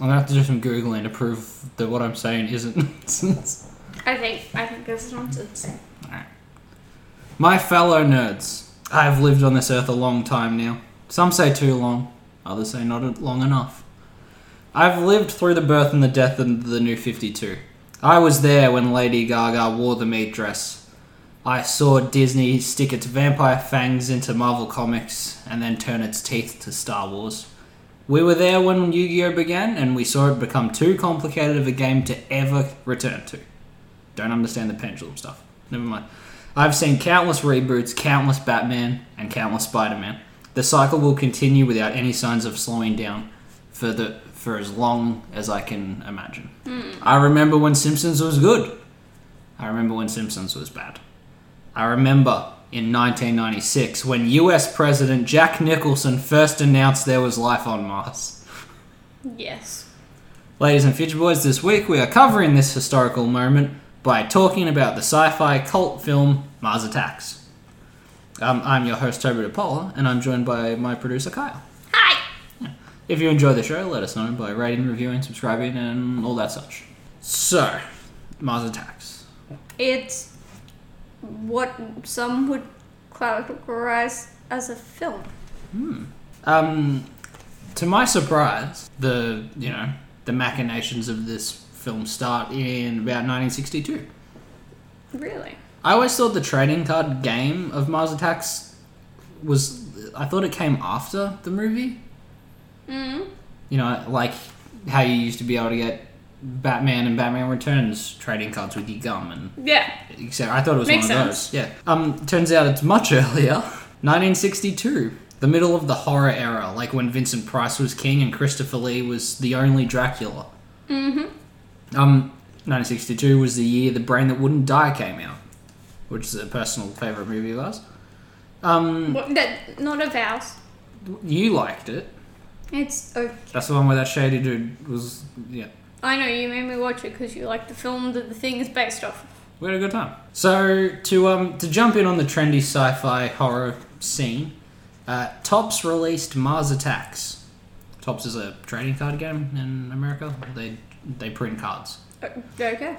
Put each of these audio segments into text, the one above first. I'm gonna have to do some googling to prove that what I'm saying isn't nonsense. I think I think this is nonsense. My fellow nerds, I have lived on this earth a long time now. Some say too long, others say not long enough. I've lived through the birth and the death of the new 52. I was there when Lady Gaga wore the meat dress. I saw Disney stick its vampire fangs into Marvel Comics and then turn its teeth to Star Wars. We were there when Yu Gi Oh! began, and we saw it become too complicated of a game to ever return to. Don't understand the pendulum stuff. Never mind. I've seen countless reboots, countless Batman, and countless Spider Man. The cycle will continue without any signs of slowing down for, the, for as long as I can imagine. I remember when Simpsons was good. I remember when Simpsons was bad. I remember in 1996 when US President Jack Nicholson first announced there was life on Mars. Yes. Ladies and Future Boys, this week we are covering this historical moment by talking about the sci fi cult film Mars Attacks. Um, I'm your host, Toby DePola, and I'm joined by my producer, Kyle. Hi. If you enjoy the show, let us know by rating, reviewing, subscribing, and all that such. So, Mars Attacks. It's what some would categorize as a film. Um, to my surprise, the you know the machinations of this film start in about 1962. Really? I always thought the trading card game of Mars Attacks was. I thought it came after the movie. Mm. You know, like how you used to be able to get Batman and Batman Returns trading cards with your gum and Yeah. etc. I thought it was Makes one of those. Yeah. Um. Turns out it's much earlier. 1962. The middle of the horror era, like when Vincent Price was king and Christopher Lee was the only Dracula. Mm-hmm. Um, 1962 was the year The Brain That Wouldn't Die came out, which is a personal favourite movie of ours. Um, What, that, not of ours. you liked it. It's okay. That's the one where that shady dude was. Yeah, I know you made me watch it because you like the film that the thing is based off. of. we had a good time. So to um to jump in on the trendy sci-fi horror scene, uh, Tops released Mars Attacks. Tops is a trading card game in America. They they print cards. O- Okay.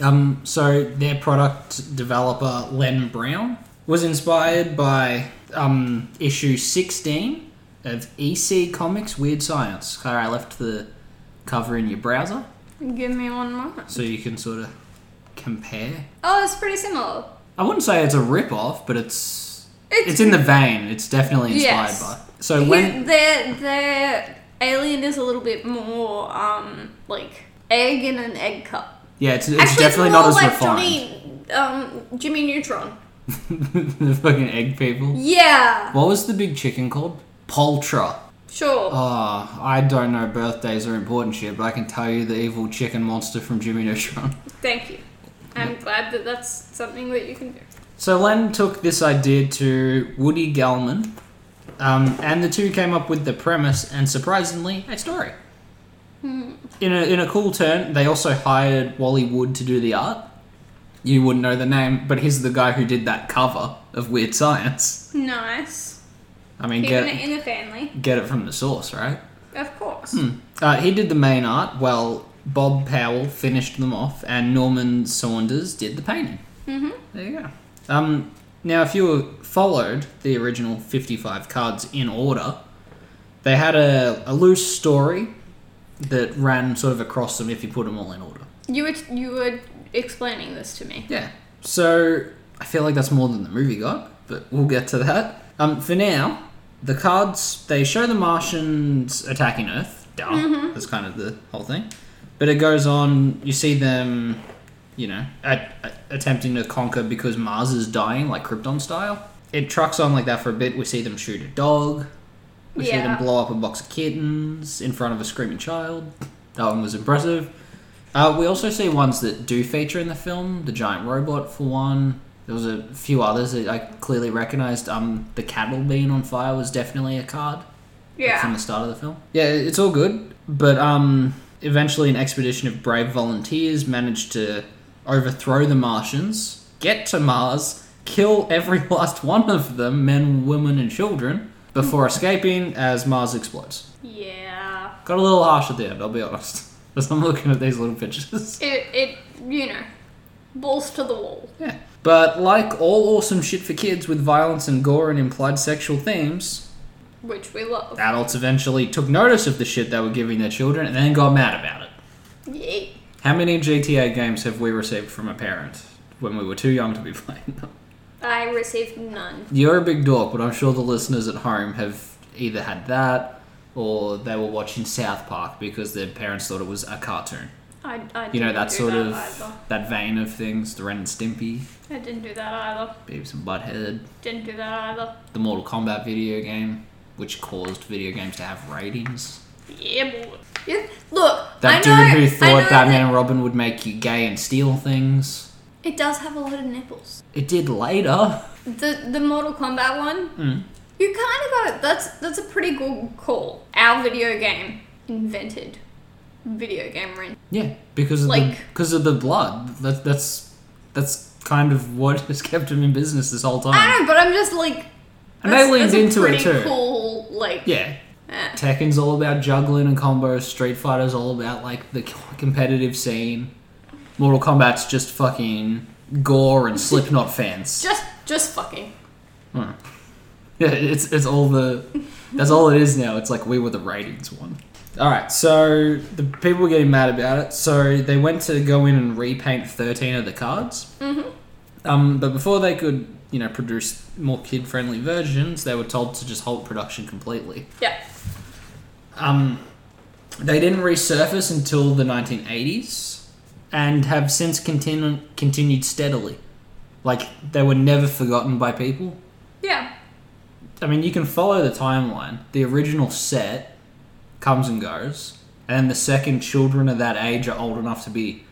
Um, so their product developer Len Brown was inspired by um, issue 16 of EC Comics Weird Science. Kara, I left the cover in your browser Give me one moment. so you can sort of compare. Oh, it's pretty similar. I wouldn't say it's a rip off, but it's It's, it's in the vein. It's definitely inspired Yes. by. So Len, He- their their alien is a little bit more um like egg in an egg cup. yeah, it's, it's Actually, definitely more not as like refined. Johnny, um, Jimmy Neutron. the fucking egg people. Yeah, What was the big chicken called? Poltra. sure. Oh, I don't know birthdays are important shit, but I can tell you the evil chicken monster from Jimmy Neutron. Thank you. I'm glad that that's something that you can do. So Len took this idea to Woody Gelman, um, and the two came up with the premise and surprisingly a story. In a, in a cool turn, they also hired Wally Wood to do the art. You wouldn't know the name, but he's the guy who did that cover of Weird Science. Nice. I mean, Keeping get it in the family, get it from the source, right? of course. Uh, he did the main art while Bob Powell finished them off and Norman Saunders did the painting. Mhm. There you go. Um, now, if you followed the original 55 cards in order, they had a, a loose story that ran sort of across them if you put them all in order. You were you were explaining this to me. Yeah. So I feel like that's more than the movie got, but we'll get to that. Um, for now, the cards they show the Martians attacking Earth. Duh. That's kind of the whole thing. But it goes on. You see them, you know, at, at- attempting to conquer because Mars is dying, like Krypton style. It trucks on like that for a bit. We see them shoot a dog. We see Yeah. them blow up a box of kittens in front of a screaming child. That one was impressive. Uh, we also see ones that do feature in the film. The giant robot, for one. There was a few others that I clearly recognized. Um, the cattle being on fire was definitely a card from Yeah. the start of the film. Yeah, it's all good, but um, eventually an expedition of brave volunteers managed to overthrow the Martians, get to Mars, kill every last one of them, men, women, and children, before escaping as Mars explodes. Yeah. Got a little harsh at the end, I'll be honest. As I'm looking at these little pictures. It, it, you know, balls to the wall. Yeah. But like all awesome shit for kids with violence and gore and implied sexual themes, Which we love. adults eventually took notice of the shit they were giving their children and then got mad about it. Yeet. How many GTA games have we received from a parent when we were too young to be playing them? I received none. You're a big dork, but I'm sure the listeners at home have either had that or they were watching South Park because their parents thought it was a cartoon. I, I You know, didn't that do sort that of Either. that vein of things, the Ren and Stimpy, I didn't do that either. Beavis and Butthead, Didn't do that either. the Mortal Kombat video game, which caused video games to have ratings. Yeah, boy. Yeah. Look, That I know, dude who I know thought Batman and Robin would make you gay and steal things. that It does have a lot of nipples. It did later. The the Mortal Kombat one. Mm. You kind of got it. That's that's a pretty good call. Our video game invented video game rent. Yeah, because of the Like- because of the blood. That that's that's kind of what has kept him in business this whole time. I don't know, but I'm just like. And they leaned Ah, a into it pretty too. Cool, like Yeah, eh. Tekken's all about juggling and combos. Street Fighter's all about like the competitive scene. Mortal Kombat's just fucking gore and Slipknot fans. just just fucking. Hmm. Yeah, it's it's all the that's all it is now. It's like we were the ratings one. All right, so the people were getting mad about it, so they went to go in and repaint thirteen of the cards. Mm-hmm. Um, but before they could, you know, produce more kid-friendly versions, they were told to just halt production completely. Yeah. Um, they didn't resurface until the 1980s and have since continu- continued steadily. Like, they were never forgotten by people. Yeah. I mean, you can follow the timeline. The original set comes and goes, and then the second children of that age are old enough to be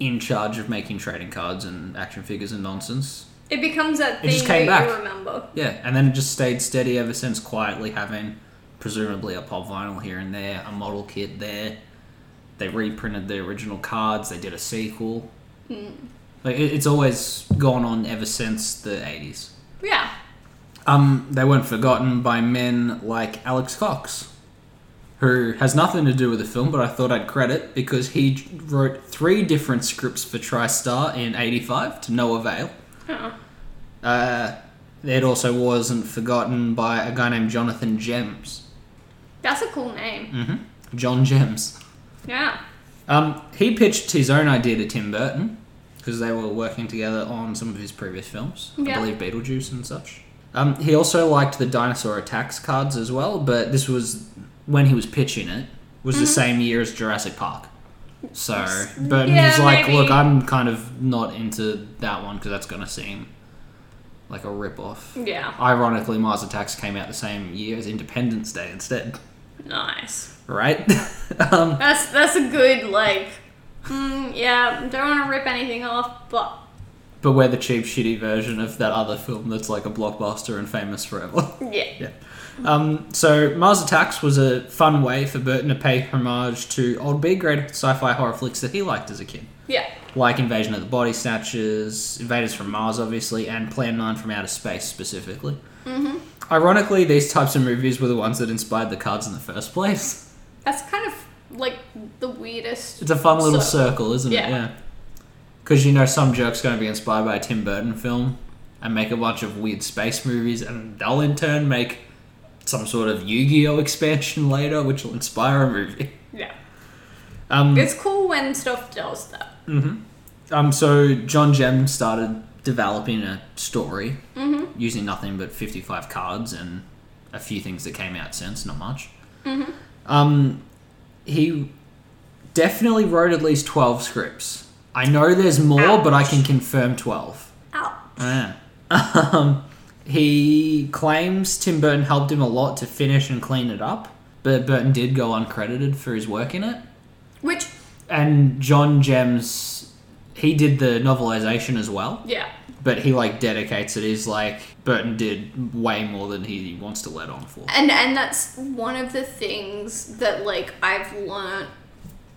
in charge of making trading cards and action figures and nonsense. It becomes that It thing just came that back. you remember. Yeah, and then it just stayed steady ever since, quietly having presumably a pop vinyl here and there, a model kit there. They reprinted the original cards, they did a sequel. Like, it, it's always gone on ever since the 80s. Yeah. Um, they weren't forgotten by men like Alex Cox, who has nothing to do with the film, but I thought I'd credit because he j- wrote three different scripts for TriStar in '85 to no avail. Huh. Uh, it also wasn't forgotten by a guy named Jonathan Gems, That's a cool name. Mm. John Gems. Yeah. Um, he pitched his own idea to Tim Burton because they were working together on some of his previous films. Yeah. I believe Beetlejuice and such. Um, he also liked the dinosaur attacks cards as well, but this was when he was pitching it was Mm-hmm. the same year as Jurassic Park. So Burton Yeah, was like, maybe. "Look, I'm kind of not into that one because that's gonna seem like a rip off." Yeah. Ironically, Mars Attacks came out the same year as Independence Day instead, Nice. right? um, That's that's a good like. Mm, yeah. Don't want to rip anything off, but But we're the cheap, shitty version of that other film that's like a blockbuster and famous forever. yeah. yeah. Um, so Mars Attacks was a fun way for Burton to pay homage to old B-grade sci-fi horror flicks that he liked as a kid, Yeah. like Invasion of the Body Snatchers, Invaders from Mars, obviously, and Plan Nine from Outer Space specifically. Mm-hmm. Ironically, these types of movies were the ones that inspired the cards in the first place. That's kind of like the weirdest. It's a fun little So- circle, isn't yeah. it? Yeah. Because you know some jerk's going to be inspired by a Tim Burton film and make a bunch of weird space movies, and they'll in turn make some sort of Yu-Gi-Oh expansion later, which will inspire a movie. Yeah. Um, It's cool when stuff does that. um. So John Gem started developing a story using nothing but fifty-five cards and a few things that came out since, not much. Um, he definitely wrote at least 12 scripts. I know there's more, but I can confirm 12. Ow. Um, he claims Tim Burton helped him a lot to finish and clean it up, but Burton did go uncredited for his work in it. Which, And John Gems, he did the novelization as well, yeah. but he like dedicates it. He's like, Burton did way more than he wants to let on for. And and that's one of the things that like I've learnt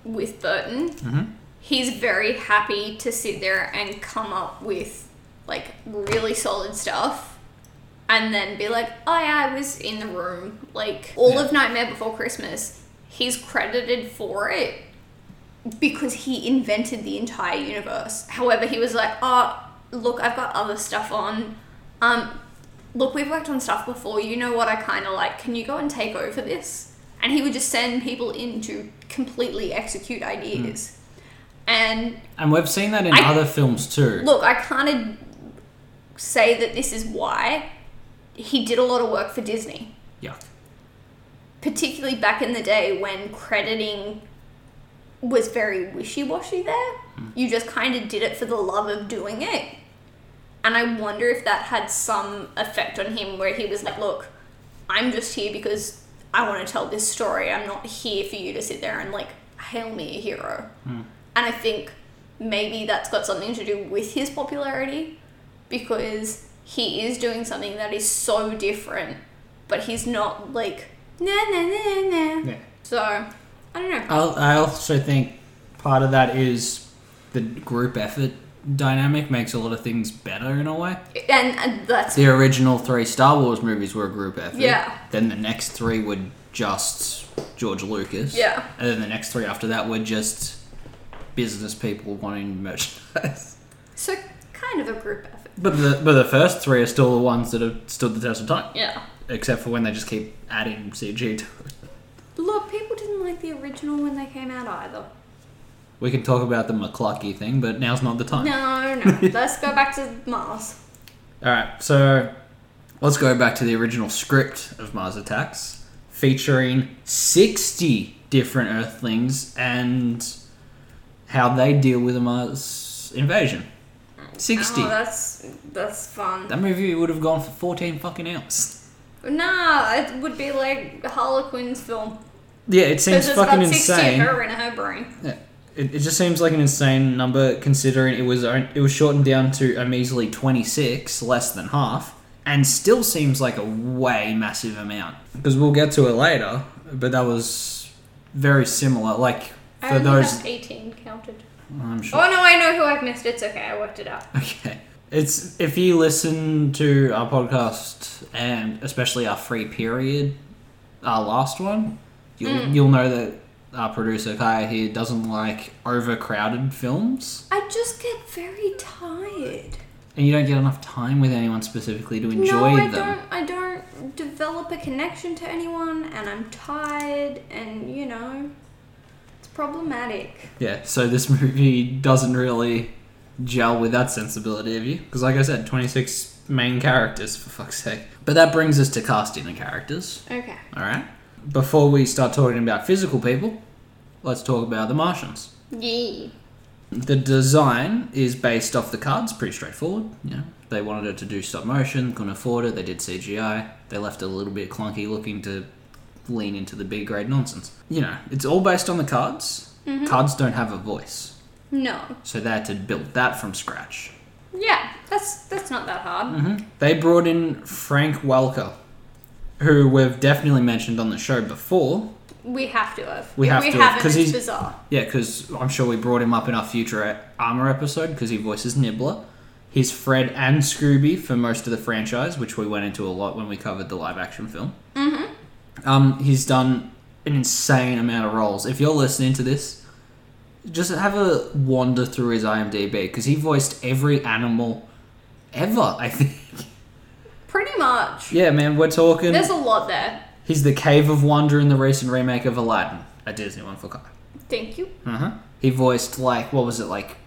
with Burton. He's very happy to sit there and come up with like really solid stuff and then be like, "Oh yeah, I was in the room." Like all of Nightmare Before Christmas, he's credited for it because he invented the entire universe. However, he was like, oh, look, I've got other stuff on. Um, look, we've worked on stuff before. You know what I kind of like. Can you go and take over this? And he would just send people in to completely execute ideas. And And we've seen that in I- other films too. look, I can't say that this is why he did a lot of work for Disney, Yuck. particularly back in the day when crediting was very wishy washy there. You just kind of did it for the love of doing it. And I wonder if that had some effect on him where he was like, look, I'm just here because I want to tell this story. I'm not here for you to sit there and like hail me a hero. And I think maybe that's got something to do with his popularity because he is doing something that is so different, but he's not like, nah, nah, nah, nah. Yeah. So, I don't know. I'll- I also think part of that is the group effort dynamic makes a lot of things better in a way. and, and that's The original three Star Wars movies were a group effort. Yeah. Then the next three were just George Lucas. Yeah. And then the next three after that were just business people wanting merchandise. so kind of a group effort. But the but the first three are still the ones that have stood the test of time, Yeah. except for when they just keep adding CG to it. Look, people didn't like the original when they came out either. We can talk about the McClucky thing, but now's not the time. No, no. Let's go back to Mars. All right, so let's go back to the original script of Mars Attacks, featuring sixty different Earthlings and how they deal with a Mars invasion. Sixty. Oh, that's that's fun. that movie would have gone for fourteen fucking hours. nah, it would be like Harlequin's film. Yeah, it seems Because there's fucking about sixty insane. of her in her brain. Yeah, It, it just seems like an insane number considering it was on- it was shortened down to a measly twenty six, less than half, and still seems like a way massive amount. Because we'll get to it later, but that was very similar. Like I for only those, have eighteen counted. I'm sure. Oh no, I know who I've missed. It's okay. I worked it out. Okay. It's if you listen to our podcast and especially our free period, our last one, you'll you'll know that our producer Kaya here doesn't like overcrowded films. I just get very tired. And you don't get enough time with anyone specifically to enjoy no, I them. don't. I don't develop a connection to anyone, and I'm tired, and you know, it's problematic. Yeah, so this movie doesn't really gel with that sensibility of you. Because, like I said, 26 main characters, for fuck's sake. But that brings us to casting the characters, Okay. alright? Before we start talking about physical people, let's talk about the Martians. Yeah. The design is based off the cards, pretty straightforward. You know, they wanted it to do stop motion, couldn't afford it. They did CGI. They left it a little bit clunky looking to lean into the B grade nonsense. You know, it's all based on the cards. Cards don't have a voice, No. so they had to build that from scratch. Yeah, that's that's not that hard. They brought in Frank Welker, who we've definitely mentioned on the show before. We have to have. Hmm. We have we to have, have, 'cause because he's- he's bizarre. Yeah, because I'm sure we brought him up in our future Armor episode because he voices Nibbler. He's Fred and Scooby for most of the franchise, which we went into a lot when we covered the live action film. Mm-hmm. Um, he's done an insane amount of roles. If you're listening to this, just have a wander through his IMDb because he voiced every animal ever, I think. Pretty much. yeah, man, we're talking. There's a lot there. He's the Cave of Wonder in the recent remake of Aladdin, a Disney one for Kai. Thank you. Uh-huh. He voiced like what was it like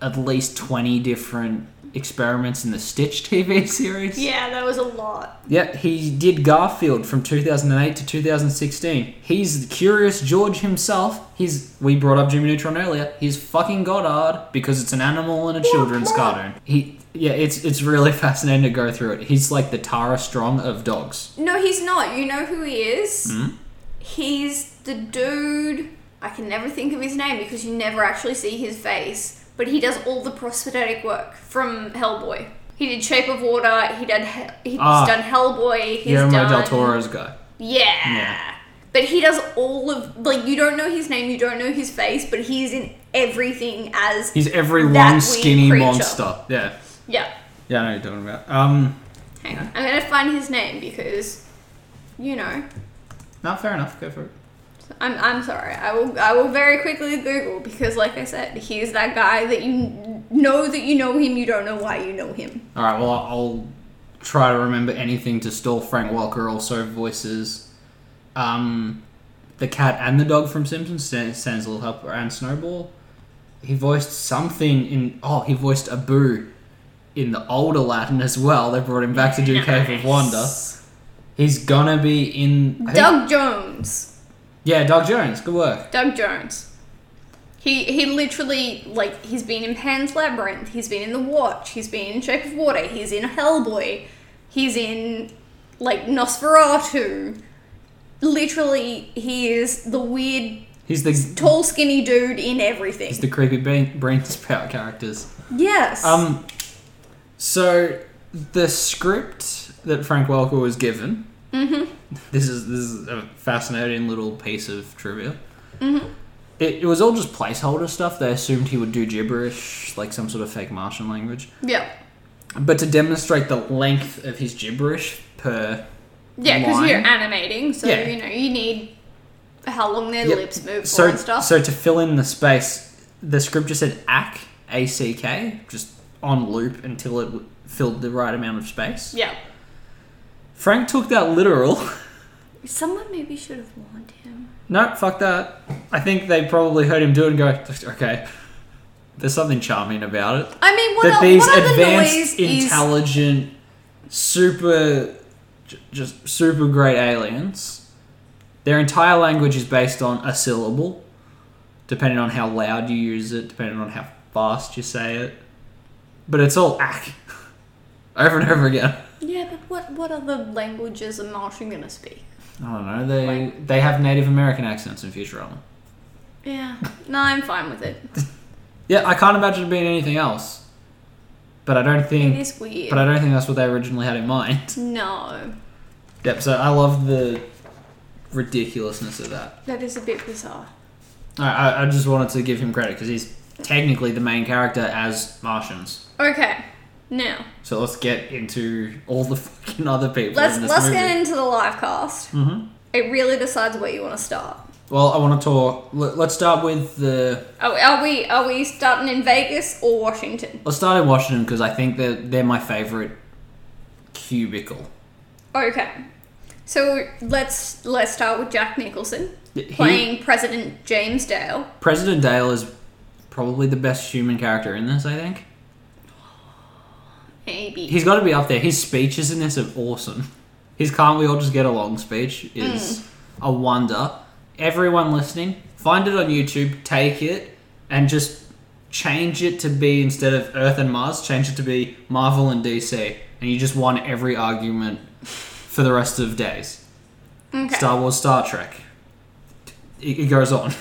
at least 20 different experiments in the Stitch TV series. Yeah, that was a lot. Yep, he did Garfield from 2008 to 2016. He's the Curious George himself. He's we brought up Jimmy Neutron earlier. He's fucking Goddard because it's an animal and a children's blah. cartoon. He yeah, it's it's really fascinating to go through it. He's like the Tara Strong of dogs. No, he's not. You know who he is? Hmm? He's the dude. I can never think of his name because you never actually see his face. But he does all the prosthetic work from Hellboy. He did Shape of Water. He did. He- He's Ah. done Hellboy. He's Guillermo done del Toro's guy. Yeah. Yeah. But he does all of like you don't know his name, you don't know his face, but he's in everything as He's every That long weird skinny creature. monster. Yeah. yeah. Yeah, I know what you're talking about. Um Hang on, I'm gonna find his name because you know. Not fair enough. Go for it. So I'm, I'm sorry. I will I will very quickly Google because, like I said, he is that guy that you n- know that you know him. You don't know why you know him. All right. Well, I'll- I'll try to remember anything to stall. Frank Welker also voices um, the cat and the dog from Simpsons. Stan- Stan's little helper and Snowball. He voiced something in. Oh, he voiced Abu in the older Latin as well. They brought him back to do Cave of Wonder. He's gonna be in. I think- Doug Jones. yeah, Doug Jones. Good work. Doug Jones. He he literally like he's been in Pan's Labyrinth. He's been in The Watch. He's been in Shape of Water. He's in Hellboy. He's in like Nosferatu. Literally, he is the weird He's the tall, skinny dude in everything. he's the creepy brain, brain sprout characters. yes. Um, so the script that Frank Welker was given. Mm-hmm. This is this is a fascinating little piece of trivia. Mm-hmm. It, it was all just placeholder stuff. They assumed he would do gibberish, like some sort of fake Martian language. yeah. But to demonstrate the length of his gibberish per Yeah, because you're line. animating, so Yeah. you know you need how long their Yep. lips move for so and stuff. so to fill in the space, the script just said ack a c k just on loop until it w- filled the right amount of space. yeah, Frank took that literal. someone maybe should have warned him. No, fuck that. I think they probably heard him do it and go, okay, there's something charming about it. I mean, what, that are, these what other noise advanced, is? intelligent, super, j- just super great aliens, their entire language is based on a syllable, depending on how loud you use it, depending on how fast you say it. But it's all ack. Over and over again. yeah, but what what other languages are Martian gonna speak? I don't know. They they have Native American accents in Futurama. Yeah, no, I'm fine with it. Yeah, I can't imagine it being anything else. But I don't It think is weird. but I don't think that's what they originally had in mind. no, Yep, so I love the ridiculousness of that. that is a bit bizarre. I, I, I just wanted to give him credit because he's technically the main character as Martians. Okay, now So let's get into all the fucking other people let's in this let's movie. get into the live cast. Mhm. It really decides where you want to start. Well, I want to talk. let- Let's start with the. Are, are we are we starting in Vegas or Washington? Let's start in Washington because I think they're, they're my favorite cubicle. Okay. So let's let's start with Jack Nicholson He- playing President James Dale. President Dale is probably the best human character in this, I think. Maybe. He's got to be up there. His speeches in this are awesome. His Can't We All Just Get Along speech is a wonder. Everyone listening, find it on YouTube, take it, and just change it to be instead of Earth and Mars, change it to be Marvel and DC. And you just won every argument for the rest of days. okay. Star Wars, Star Trek. It, it goes on.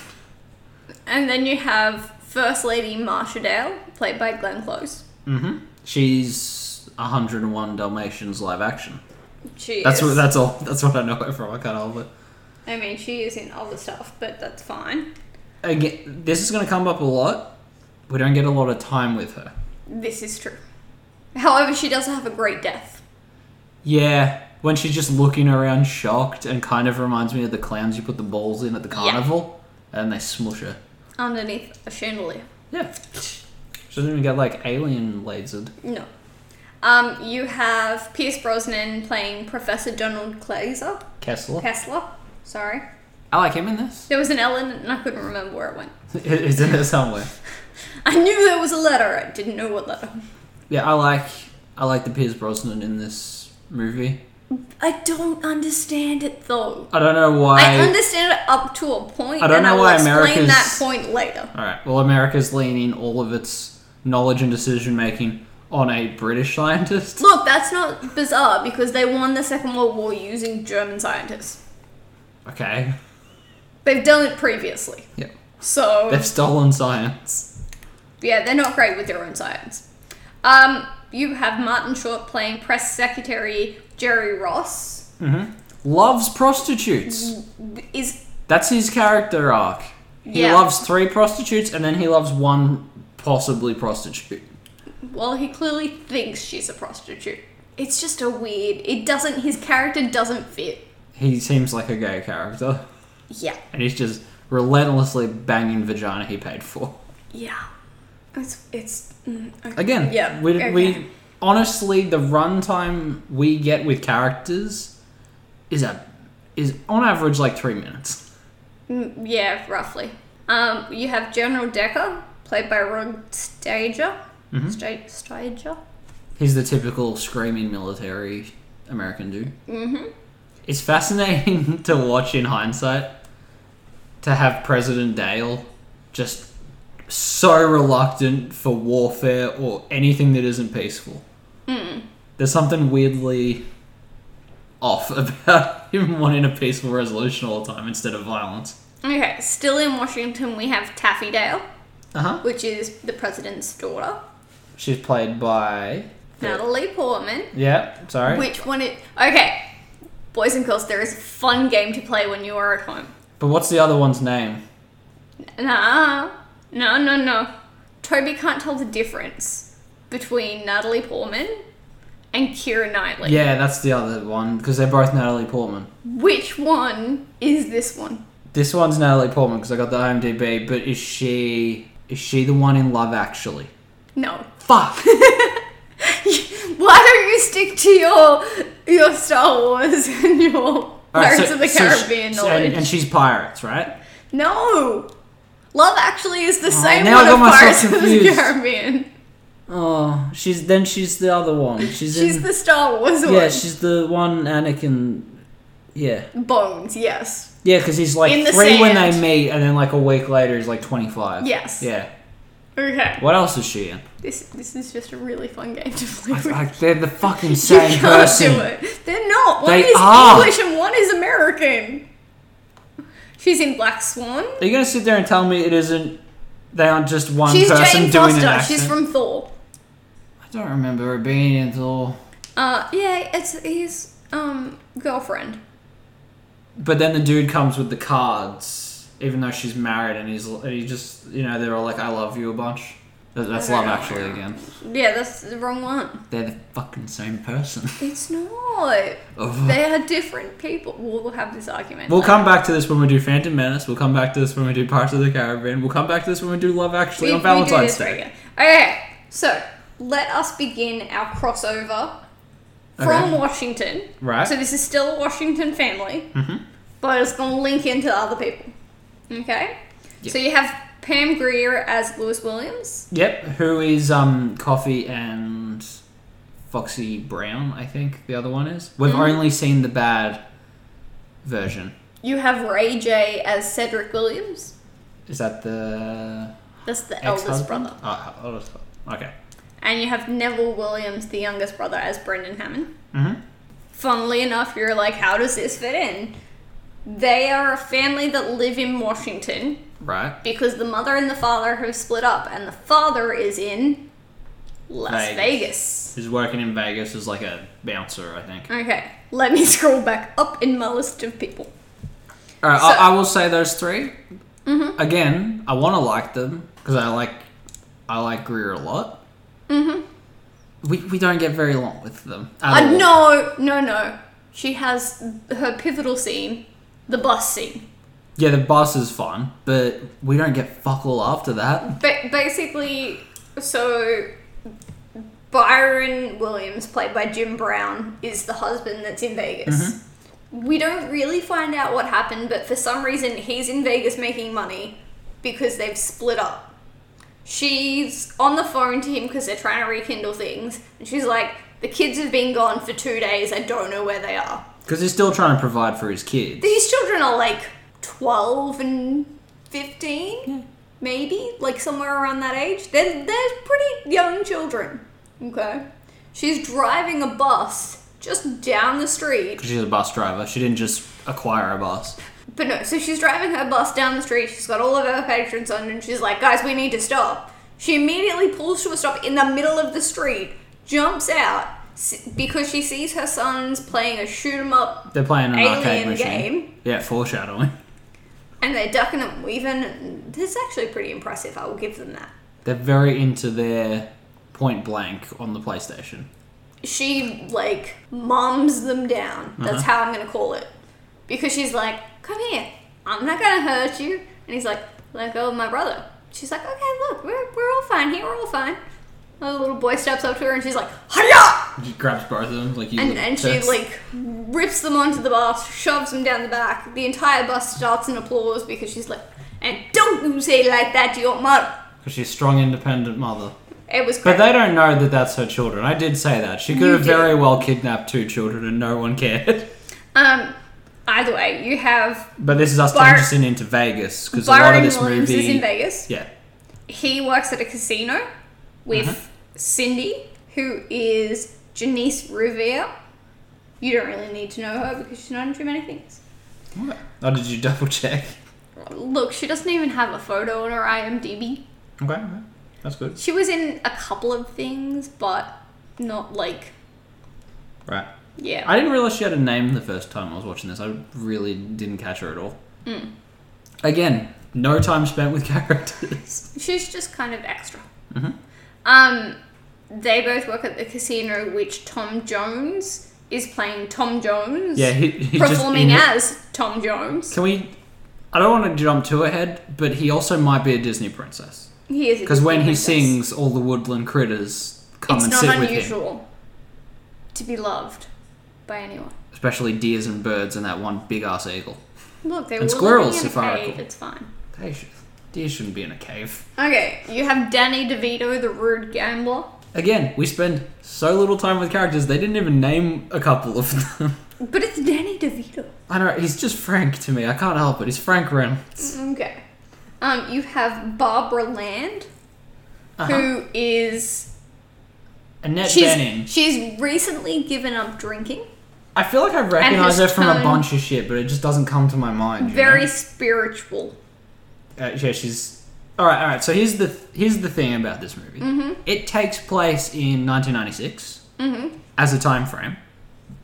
And then you have First Lady Marsha Dale, played by Glenn Close. hmm She's 101 Dalmatians live action. She That's is, what. That's all. That's what I know her from. I can't help it. I mean, she is in other stuff, but that's fine. Again, this is going to come up a lot. We don't get a lot of time with her. This is true. However, she does have a great death. Yeah, when she's just looking around shocked and kind of reminds me of the clowns you put the balls in at the carnival, and they smush her. Underneath a chandelier. Yeah, she doesn't even get like alien lasered. No. Um, you have Pierce Brosnan playing Professor Donald Glaser. Kessler. Kessler. Sorry. I like him in this. There was an L in it and I couldn't remember where it went. He's in there somewhere. I knew there was a letter, I didn't know what letter. Yeah, I like. I like the Piers Brosnan in this movie. I don't understand it though. I don't know why. I, understand it up to a point, I don't and know I will why explain America's- that point later. All right. Well, America's leaning all of its knowledge and decision making on a British scientist. Look, that's not bizarre because they won the Second World War using German scientists. Okay. They've done it previously. Yeah. So, They've stolen science. yeah, they're not great with their own science. Um, you have Martin Short playing press secretary Jerry Ross. Loves prostitutes. Is That's his character arc. He Yeah. loves three prostitutes and then he loves one possibly prostitute. Well, he clearly thinks she's a prostitute. It's just a weird. It doesn't. His character doesn't fit. He seems like a gay character. Yeah. and he's just relentlessly banging vagina he paid for. Yeah. It's it's mm, okay. Again, Yeah. we, okay. we honestly the runtime we get with characters is a is on average like three minutes. Mm, yeah, roughly. Um, you have General Decker, played by Rod Stager. Sta- Stager. He's the typical screaming military American dude. Mm-hmm. It's fascinating to watch in hindsight to have President Dale just so reluctant for warfare or anything that isn't peaceful. There's something weirdly off about him wanting a peaceful resolution all the time instead of violence. Okay, still in Washington, we have Taffy Dale, Uh huh. which is the president's daughter, She's played by. Natalie Portman. Yeah, sorry. Which one is. Okay, boys and girls, there is a fun game to play when you are at home. But what's the other one's name? Nah, no, no, no. Toby can't tell the difference between Natalie Portman and Kira Knightley. Yeah, that's the other one because they're both Natalie Portman. Which one is this one? This one's Natalie Portman because I got the IMDb. But is she is she the one in Love Actually? No. Fuck. Why don't you stick to your your Star Wars and your Alright, Pirates of the so she- Caribbean so- knowledge? and, and she's pirates, right? no. Love actually is the same Oh, now I one got of myself Pirates of the confused. Caribbean. Oh, she's then she's the other one. She's, She's in the Star Wars yeah, one. she's the one Anakin. Yeah, Bones, yes. yeah, because he's like In the three when they sand. meet, and then like a week later he's like twenty five. Yes. Yeah. Okay. What else is she in? This this is just a really fun game to play I, with. I, they're the fucking You same can't person. do it. They're not. One They is are. English and one is American. She's in Black Swan. Are you gonna sit there and tell me it isn't? They aren't just one She's person Jane doing an Foster. accent. She's from Thor. I don't remember her being in Thor. Uh, yeah, it's his um girlfriend. But then the dude comes with the cards, even though she's married, and he's and he just you know they're all like I love you a bunch. That- That's I don't Love know. Actually again. Yeah, that's the wrong one. They're the fucking same person. It's not. Ugh. They are different people. We'll have this argument. We'll later. come back to this when we do Phantom Menace. We'll come back to this when we do Pirates of the Caribbean. We'll come back to this when we do Love Actually We- on we do Valentine's this Day. right here. Okay, so let us begin our crossover from Okay. Washington. Right. Mm-hmm. So this is still a Washington family, but it's going to link into other people. Okay. So you have Pam Greer as Lewis Williams. Yep. Who is um Coffee and Foxy Brown? I think the other one is. We've Mm-hmm. only seen the bad version. You have Ray J as Cedric Williams. Is that the That's the eldest ex-husband? brother. Oh, eldest brother. Okay. And you have Neville Williams, the youngest brother, as Brendan Hammond. Mhm. Funnily enough, you're like, how does this fit in? They are a family that live in Washington Right. because the mother and the father have split up, and the father is in Las Vegas. Vegas. He's working in Vegas as like a bouncer, I think. Okay, let me scroll back up in my list of people. All right, Mm-hmm. I, So- Mm-hmm. I will say those 3 Again, I want to like them because I like I like Greer a lot. Mm-hmm. We, we don't get very long with them. at Uh, all. no, no, no. She has her pivotal scene, the bus scene. Yeah, the bus is fun, but we don't get fuck all after that. Ba- basically, so Byron Williams, played by Jim Brown, is the husband that's in Vegas. We don't really find out what happened, but for some reason, he's in Vegas making money because they've split up. She's on the phone to him because they're trying to rekindle things, and she's like, The kids have been gone for two days, I don't know where they are. Because he's still trying to provide for his kids. These children are like 12 and 15, maybe, like somewhere around that age. They're, they're pretty young children. Okay. She's driving a bus just down the street. She's a bus driver. She didn't just acquire a bus. But no, so she's driving her bus down the street. She's got all of her patrons on, and she's like, guys, we need to stop. She immediately pulls to a stop in the middle of the street, jumps out s- because she sees her sons playing a shoot 'em up They're playing an arcade Alien machine. game. Yeah, foreshadowing. And they're ducking and weaving. and This is actually pretty impressive. I will give them that. They're very into their point blank on the PlayStation. She Uh-huh. like moms them down. That's how I'm gonna call it, because she's like, "Come here, I'm not gonna hurt you. And he's like, let go of my brother. She's like, okay, look, we're, we're all fine here, we're all fine. And the little boy steps up to her and she's like, hiya! She grabs both of them like you. And, little and she tits. like rips them onto the bus, shoves them down the back. The entire bus starts in applause because she's like, and don't you say like that to your mother. 'Cause she's strong, independent mother. It was But crazy. they don't know that that's her children. I did say that. She could You have did. very well kidnapped two children and no one cared. um, either way, you have But this is us Byr- transitioning into Vegas because a lot of Byron this Williams movie. is in Vegas. Yeah. he works at a casino with Mm-hmm. Cindy, who is Janice Revere. You don't really need to know her because she's not in too many things. Oh, did you double check? Look, she doesn't even have a photo on her IMDb. Okay, okay. that's good. She was in a couple of things, but not like Right. yeah. I didn't realize she had a name the first time I was watching this. I really didn't catch her at all. Hmm. Again, no time spent with characters. She's just kind of extra. Mm-hmm. Um, they both work at the casino, which Tom Jones is playing Tom Jones, yeah, he, he just- performing he- as Tom Jones. Can we? I don't want to jump too ahead, but he also might be a Disney princess He is a because when he Disney princess. sings, all the woodland critters come it's and not sit with him, unusual to be loved by anyone. especially deers and birds and that one big ass eagle. Look, they And were squirrels, living in if a I cave. recall. It's fine. They should, deer shouldn't be in a cave. Okay, you have Danny DeVito, the rude gambler. Again, we spend so little time with characters. They didn't even name a couple of them. But it's Danny DeVito. I know he's just Frank to me. I can't help it. He's Frank Reynolds. Okay. Um, you have Barbara Land, Uh-huh. who is Annette Bening. she's, she's recently given up drinking. I feel like I recognize has her from a turned- bunch of shit, but it just doesn't come to my mind. you Very know? spiritual. uh, yeah, she's all right. All right. So here's the here's the thing about this movie. Mm-hmm. It takes place in 1996 as a time frame,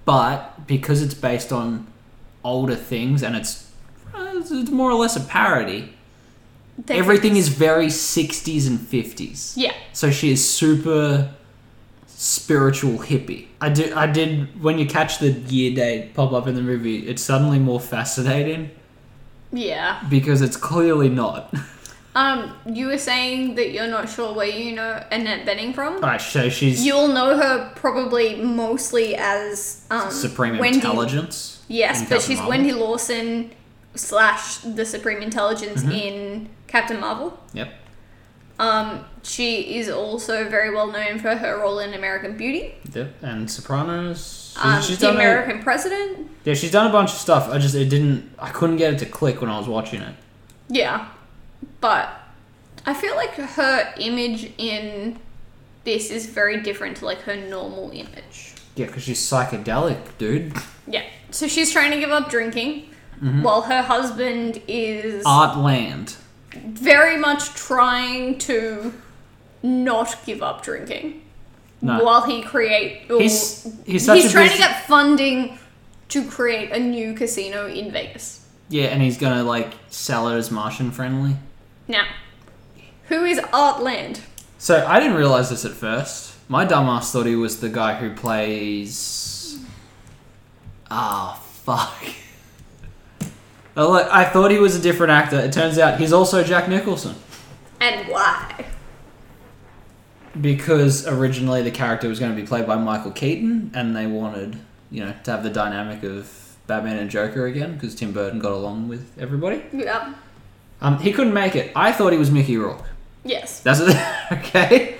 but because it's based on older things and it's uh, it's more or less a parody. They- Everything is very 60s and 50s. Yeah. So she is super spiritual hippie. I do. I did. When you catch the year date pop up in the movie, it's suddenly more fascinating Yeah. because it's clearly not. Um, you were saying that you're not sure where you know Annette Benning from. All right. So she's You'll know her probably mostly as um, supreme Wendy- intelligence. Yes, in but Captain she's Marvel. Wendy Lawson slash the Supreme Intelligence Mm-hmm. in Captain Marvel. Yep. Um, she is also very well known for her role in American Beauty, Yep. And Sopranos. She's, um, she's the done a, American President. yeah, she's done a bunch of stuff. I just it didn't. I couldn't get it to click when I was watching it. Yeah, but I feel like her image in this is very different to like her normal image. Yeah, because she's psychedelic, dude. Yeah, so she's trying to give up drinking. Mm-hmm. While her husband is Art land. very much trying to not give up drinking No. while he create or- He's- he's such a trying to bus- get funding to create a new casino in Vegas. Yeah, and he's gonna like sell it as Martian friendly. Now, who is Art Land? So I didn't realize this at first. My dumbass thought he was the guy who plays. Ah, fuck. I like- I thought he was a different actor. It turns out he's also Jack Nicholson And why? because originally the character was going to be played by Michael Keaton, and they wanted you know to have the dynamic of Batman and Joker again because Tim Burton got along with everybody. Yeah. Um, he couldn't make it. I thought he was Mickey Rourke. Yes. That's what, okay.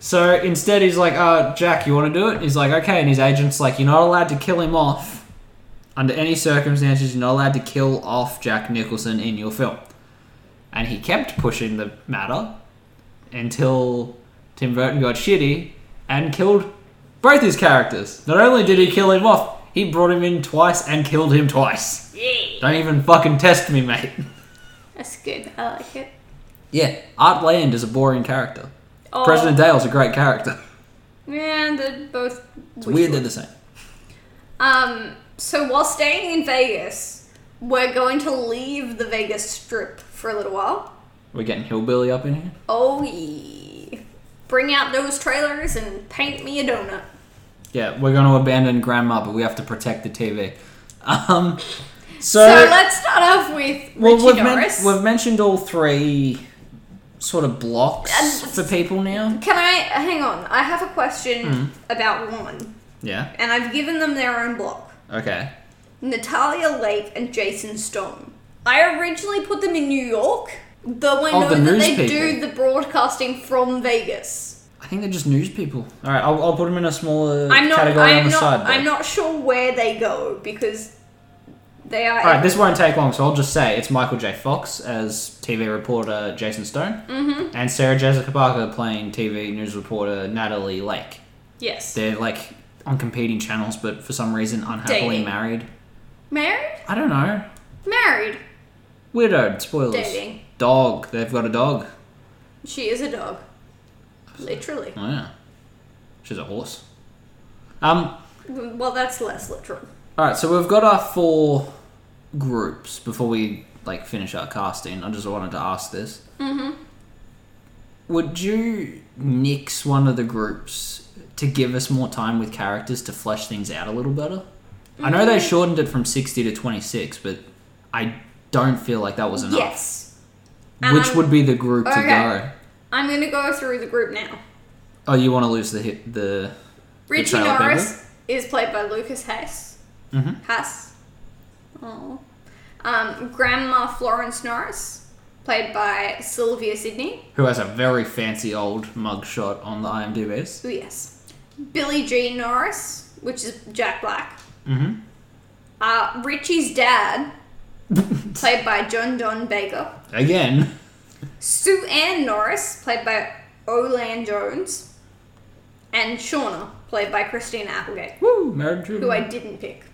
So instead, he's like, uh, Jack, you want to do it? He's like, okay. And his agent's like, you're not allowed to kill him off. Under any circumstances, you're not allowed to kill off Jack Nicholson in your film. And he kept pushing the matter until Tim Burton got shitty and killed both his characters. Not only did he kill him off, he brought him in twice and killed him twice. Yeah. Don't even fucking test me, mate. That's good. I like it. Yeah, Art Land is a boring character. Oh, President Dale's a great character. Man, they're both. It's weird they're the same. Um, so while staying in Vegas, we're going to leave the Vegas Strip for a little while. We're getting hillbilly up in here. Oh yeah. Bring out those trailers and paint me a donut. Yeah, we're going to abandon Grandma, but we have to protect the TV. Um, So, So, let's start off with well, Richie we've, men- Norris. we've mentioned all three sort of blocks And- for people now. Can I hang on? I have a question Hmm. about one, Yeah. and I've given them their own block. Okay. Natalia Lake and Jason Stone. I originally put them in New York, though I Oh, know the that news they do people. the broadcasting from Vegas. I think they're just news people. All right, I'll, I'll put them in a smaller I'm not. category on I'm the not. side. though. I'm not sure where they go because they are. All right, this won't take long, so I'll just say it's Michael J. Fox as TV reporter Jason Stone, mm-hmm. and Sarah Jessica Parker playing TV news reporter Natalie Lake. yes. They're like on competing channels, but for some reason unhappily Dating. married. Married. I don't know. Married. Widowed. Spoilers. Dating. Dog. They've got a dog. She is a dog. Literally. Oh, yeah. She's a horse. Um. Well, that's less literal. All right, so we've got our four groups before we like finish our casting. I just wanted to ask this. Mm-hmm. Would you nix one of the groups to give us more time with characters to flesh things out a little better? I know Mm-hmm. they shortened it from sixty to twenty six, but I don't feel like that was enough. Yes. And Which I'm- would be the group to Okay. go? I'm gonna go through the group now. Oh, you want to lose the hit the Richie trailer Norris is played by Lucas Hess. Mhm. Hess. Oh. Um, Grandma Florence Norris, played by Sylvia Sidney. who has a very fancy old mugshot on the IMDb's. Oh, yes. Billy G. Norris, which is Jack Black. Mm-hmm. Uh, Richie's dad, played by John Don Baker. Again. Sue Ann Norris, played by Olan Jones. And Shauna, played by Christina Applegate, Woo, married who I didn't pick.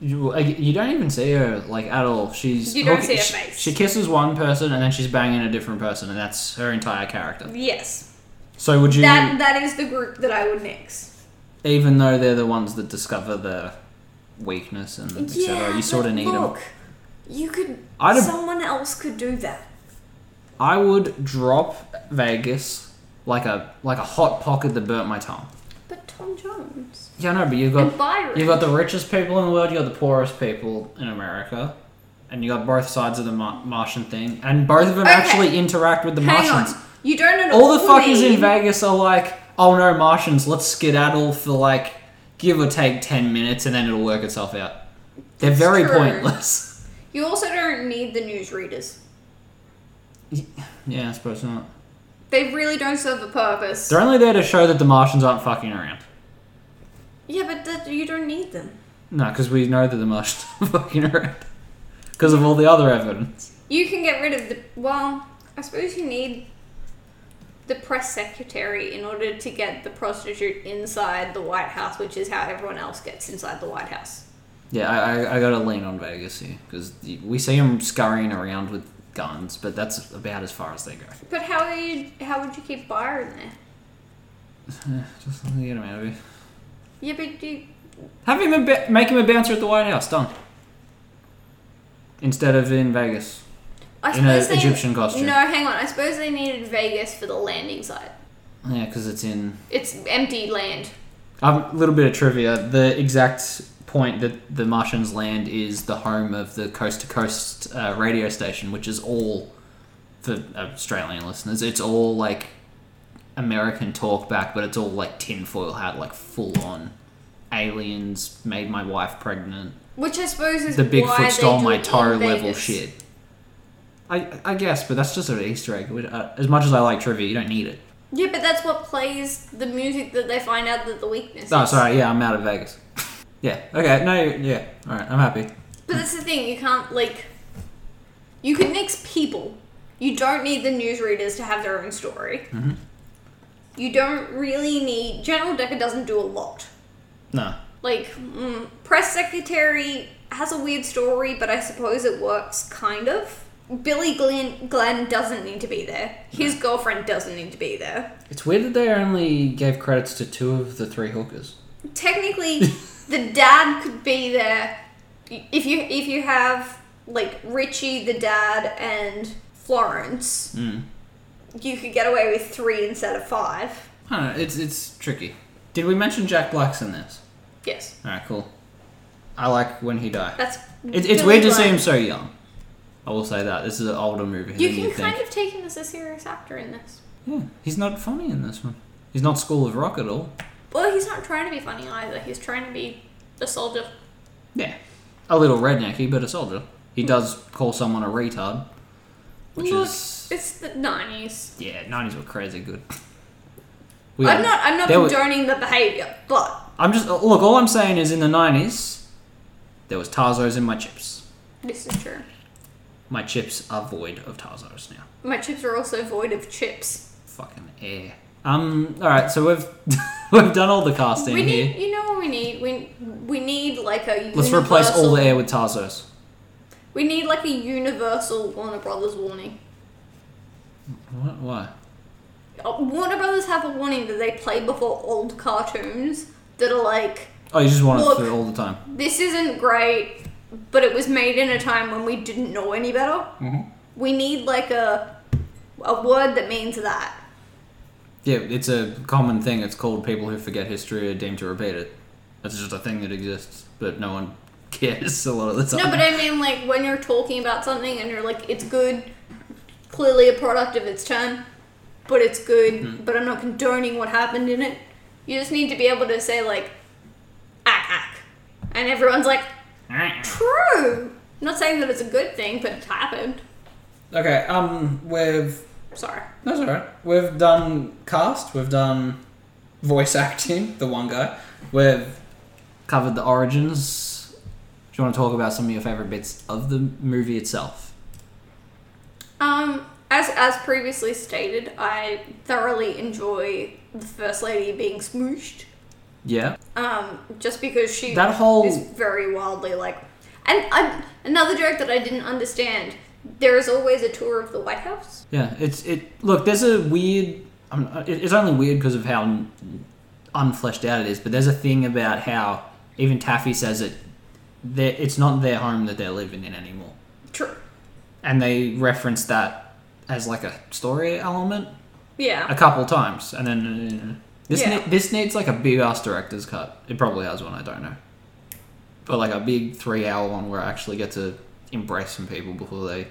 You, like, you don't even see her like at all. She's You don't hook- see her she- face. She kisses one person and then she's banging a different person, and that's her entire character. Yes. So would you, That that is the group that I would mix. even though they're the ones that discover the weakness and etc., you sort of need them. You could. I'd have- someone else could do that. I would drop Vegas like a like a hot pocket that burnt my tongue. But Tom Jones Yeah, no, but you've and got Byron. you've got the richest people in the world, you got the poorest people in America, and you got both sides of the Mar- Martian thing, and both of them Okay. actually interact with the Hang Martians. on. You don't at all the fuckers mean- in Vegas are like, oh no, Martians, let's skedaddle for like give or take 10 minutes and then it'll work itself out. They're very true. pointless. You also don't need the newsreaders. yeah, I suppose not. They really don't serve a purpose. They're only there to show that the Martians aren't fucking around. yeah, but that, you don't need them. No, because we know that the Martians are fucking around. Because of all the other evidence. You can get rid of the. Well, I suppose you need the press secretary in order to get the prostitute inside the White House, which is how everyone else gets inside the White House. Yeah, I, I, I gotta lean on Vegas here. Because we see them scurrying around with guns, but that's about as far as they go. But how are you? How would you keep Byron there? Just let me get 'em out of here. Yeah, but you. Have him a ba- make him a bouncer at the White House. Done. Instead of in Vegas. I In a suppose they, Egyptian costume. No, hang on. I suppose they needed Vegas for the landing site. Yeah, because it's in. It's empty land. A little bit of trivia. The exact point that the Martians land is the home of the coast to coast uh, radio station, which is all for Australian listeners. It's all like American talkback, but it's all like tinfoil hat, like full on aliens made my wife pregnant. Which I suppose is the why Bigfoot they stole do my it in Taro level Vegas. shit. I, I guess, but that's just an Easter egg. We- uh, As much as I like trivia, you don't need it. Yeah, but that's what plays the music that they find out that the weakness. Oh, is. sorry. Yeah, I'm out of Vegas. yeah. Okay. No. Yeah. All right. I'm happy. But that's the thing, you can't, like. You can mix people. You don't need the newsreaders to have their own story. You don't really need. General Decker doesn't do a lot. No. Like, mm, press secretary has a weird story, but I suppose it works kind of. Billy Glenn, Glenn doesn't need to be there. His girlfriend doesn't need to be there. It's weird that they only gave credits to two of the three hookers. technically the dad could be there if you if you have like Richie the dad and Florence Mm. you could get away with 3 instead of 5 I don't know. It's it's tricky. Did we mention Jack Black's in this? yes All right. Cool. I like when he died. That's It's, it's really weird to see good. him so young. I will say that. This is an older movie You than can you kind think. of take him as a serious actor in this. Yeah, he's not funny in this one. He's not School of Rock at all. Well, he's not trying to be funny either. He's trying to be a soldier. Yeah. A little rednecky, but a soldier. He does call someone a retard. Which Look, is it's the nineties. yeah, nineties were crazy good. We I'm were- not. I'm not there were- condoning the behavior, but I'm just look. All I'm saying is, in the nineties, there was Tarzos in my chips. this is true. My chips are void of Tarzos now. My chips are also void of chips. Fucking air. Um. All right. So we've we've done all the casting We here. need. You know what we need? We we need like a. Universal, Let's replace all the air with Tarzos. We need like a universal Warner Brothers warning. What? Why? Uh, Warner Brothers have a warning that they play before old cartoons that are like, Oh, you just want Look. it for all the time. this isn't great, but it was made in a time when we didn't know any better. Mhm. We need like a a word that means that. Yeah, it's a common thing. It's called people who forget history are deemed to repeat it. That's just a thing that exists, but no one cares a lot of the time. No, but I mean like when you're talking about something and you're like, it's good, clearly a product of its time, but it's good, but I'm not condoning what happened in it. You just need to be able to say like, ack ack, and everyone's like, true. I'm not saying that it's a good thing, but it happened. okay, um, we've Sorry. that's all right. We've done cast. We've done voice acting. The one guy. We've covered the origins. Do you want to talk about some of your favorite bits of the movie itself? Um, as as previously stated, I thoroughly enjoy the first lady being smooshed. Yeah. Um, just because she That whole- is very wildly like, and I, another joke that I didn't understand. There is always a tour of the White House. Yeah, it's it. Look, there's a weird. I'm, it- it's only weird because of how n- unfleshed out it is. But there's a thing about how even Taffy says it. they're- It's not their home that they're living in anymore, True. and they reference that as like a story element a Yeah. couple times, and then uh, this Yeah. ne- this needs like a big ass director's cut. It probably has one. I don't know, but like a big three hour one where I actually get to embrace some people before they